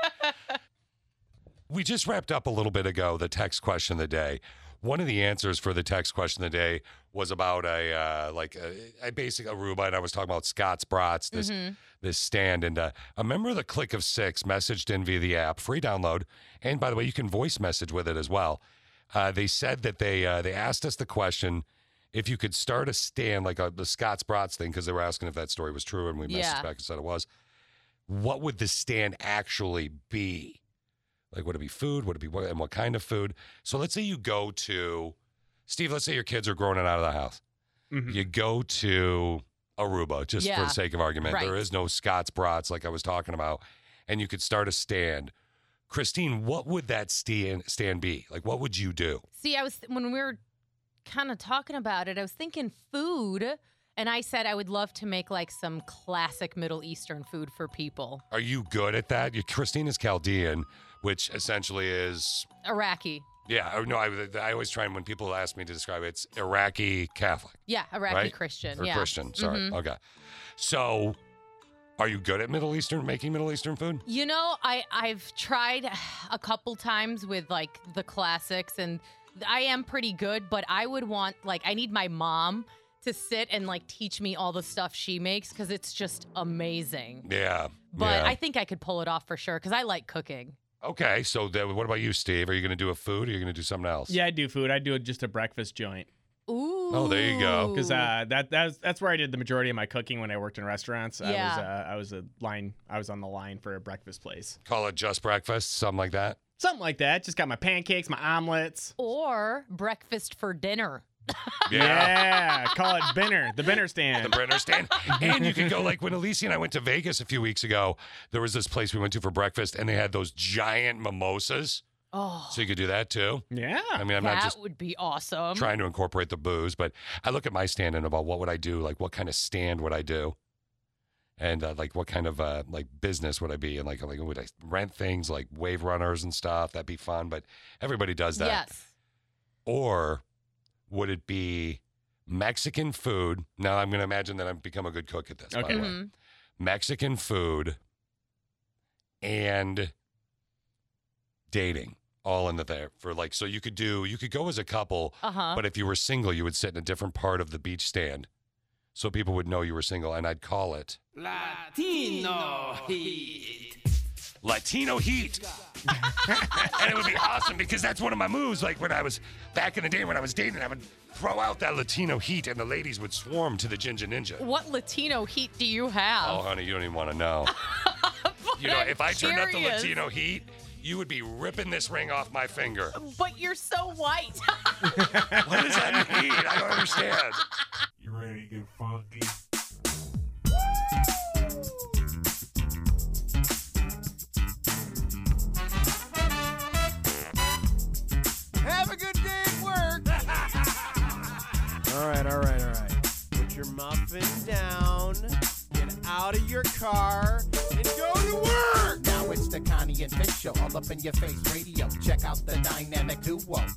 we just wrapped up a little bit ago the text question of the day. One of the answers for the text question of the day was about a uh, like a, a basic Aruba, and I was talking about Scott's Brats, this Mm-hmm. Mhm. this stand, and uh, a member of the Click of Six messaged in via the app, free download, and by the way, you can voice message with it as well. Uh, they said that they uh, they asked us the question if you could start a stand like a, the Scott's Brats thing because they were asking if that story was true, and we messaged Yeah. back and said it was. What would the stand actually be? Like, would it be food? Would it be what, and what kind of food? So let's say you go to Steve. Let's say your kids are growing and out of the house. Mm-hmm. Mm-hmm. You go to Aruba, just for Yeah. the sake of argument. There Right. is no Scott's brats like I was talking about, and you could start a stand. Christine, what would that stand stand be? Like, what would you do? See, I was when we were kind of talking about it, I was thinking food, and I said I would love to make like some classic Middle Eastern food for people. Are you good at that? Your Christine is Chaldean, which essentially is Iraqi. yeah. I- No, I, I always try and when people ask me to describe it, it's Iraqi Catholic. Yeah, Iraqi right? Christian. Or yeah. Christian. Sorry. Mhm. Okay. So, are you good at Middle Eastern making Middle Eastern food? You know, I I've tried a couple times with like the classics and I am pretty good, but I would want like I need my mom to sit and like teach me all the stuff she makes cuz it's just amazing. Yeah. But yeah. I think I could pull it off for sure cuz I like cooking. okay. So, then what about you, Steve? Are you going to do a food? Or are you going to do something else? Yeah, I do food. I do just a breakfast joint. Ooh. Oh, there you go. Because uh, that that's that's where I did the majority of my cooking when I worked in restaurants. Yeah. I was uh, I was a line. I was on the line for a breakfast place. Call it just breakfast, something like that. Something like that. Just got my pancakes, my omelets. Or breakfast for dinner. Yeah. Call it Binner, the Binner stand. The Brenner stand. and you can go like when Alicia and I went to Vegas a few weeks ago, there was this place we went to for breakfast and they had those giant mimosas. Oh. So you could do that too. Yeah. I mean, I'm that not just would be awesome. trying to incorporate the booze, but I look at my stand and about what would I do? Like what kind of stand would I do? And uh, like what kind of uh, like business would I be? And like, I'm like, would I rent things like wave runners and stuff? That'd be fun. But everybody does that. Yes. or would it be Mexican food? Now I'm going to imagine that I've become a good cook at this. By Okay. the way. Mhm. Mexican food and dating all in the there for like so you could do you could go as a couple Uh-huh. but if you were single you would sit in a different part of the beach stand so people would know you were single and i'd call it Latino heat. Latino heat. and it would be awesome because that's one of my moves. Like when I was back in the day when I was dating, I would throw out that Latino heat and the ladies would swarm to the Ginger Ninja. What Latino heat do you have? Oh, honey, you don't even want to know. you know, I'm if I turned up the curious. Latino heat, you would be ripping this ring off my finger. But you're so white. What does that mean? I don't understand. You ready to get funky? Have a good day at work. All right, all right, all right. Put your muffin down, get out of your car, and go to work! Now it's the Connie and Fish Show, all up in your face radio. Check out the dynamic duo. What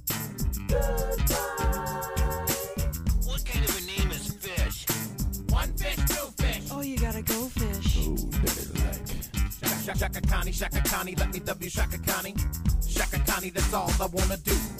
kind of a name is Fish? One fish, two fish. Oh, you gotta go fish. Ooh, dirty like. Shaka, shaka, Connie, shaka, Connie, let me W, shaka, Connie. Shaka, Connie, that's all I wanna do.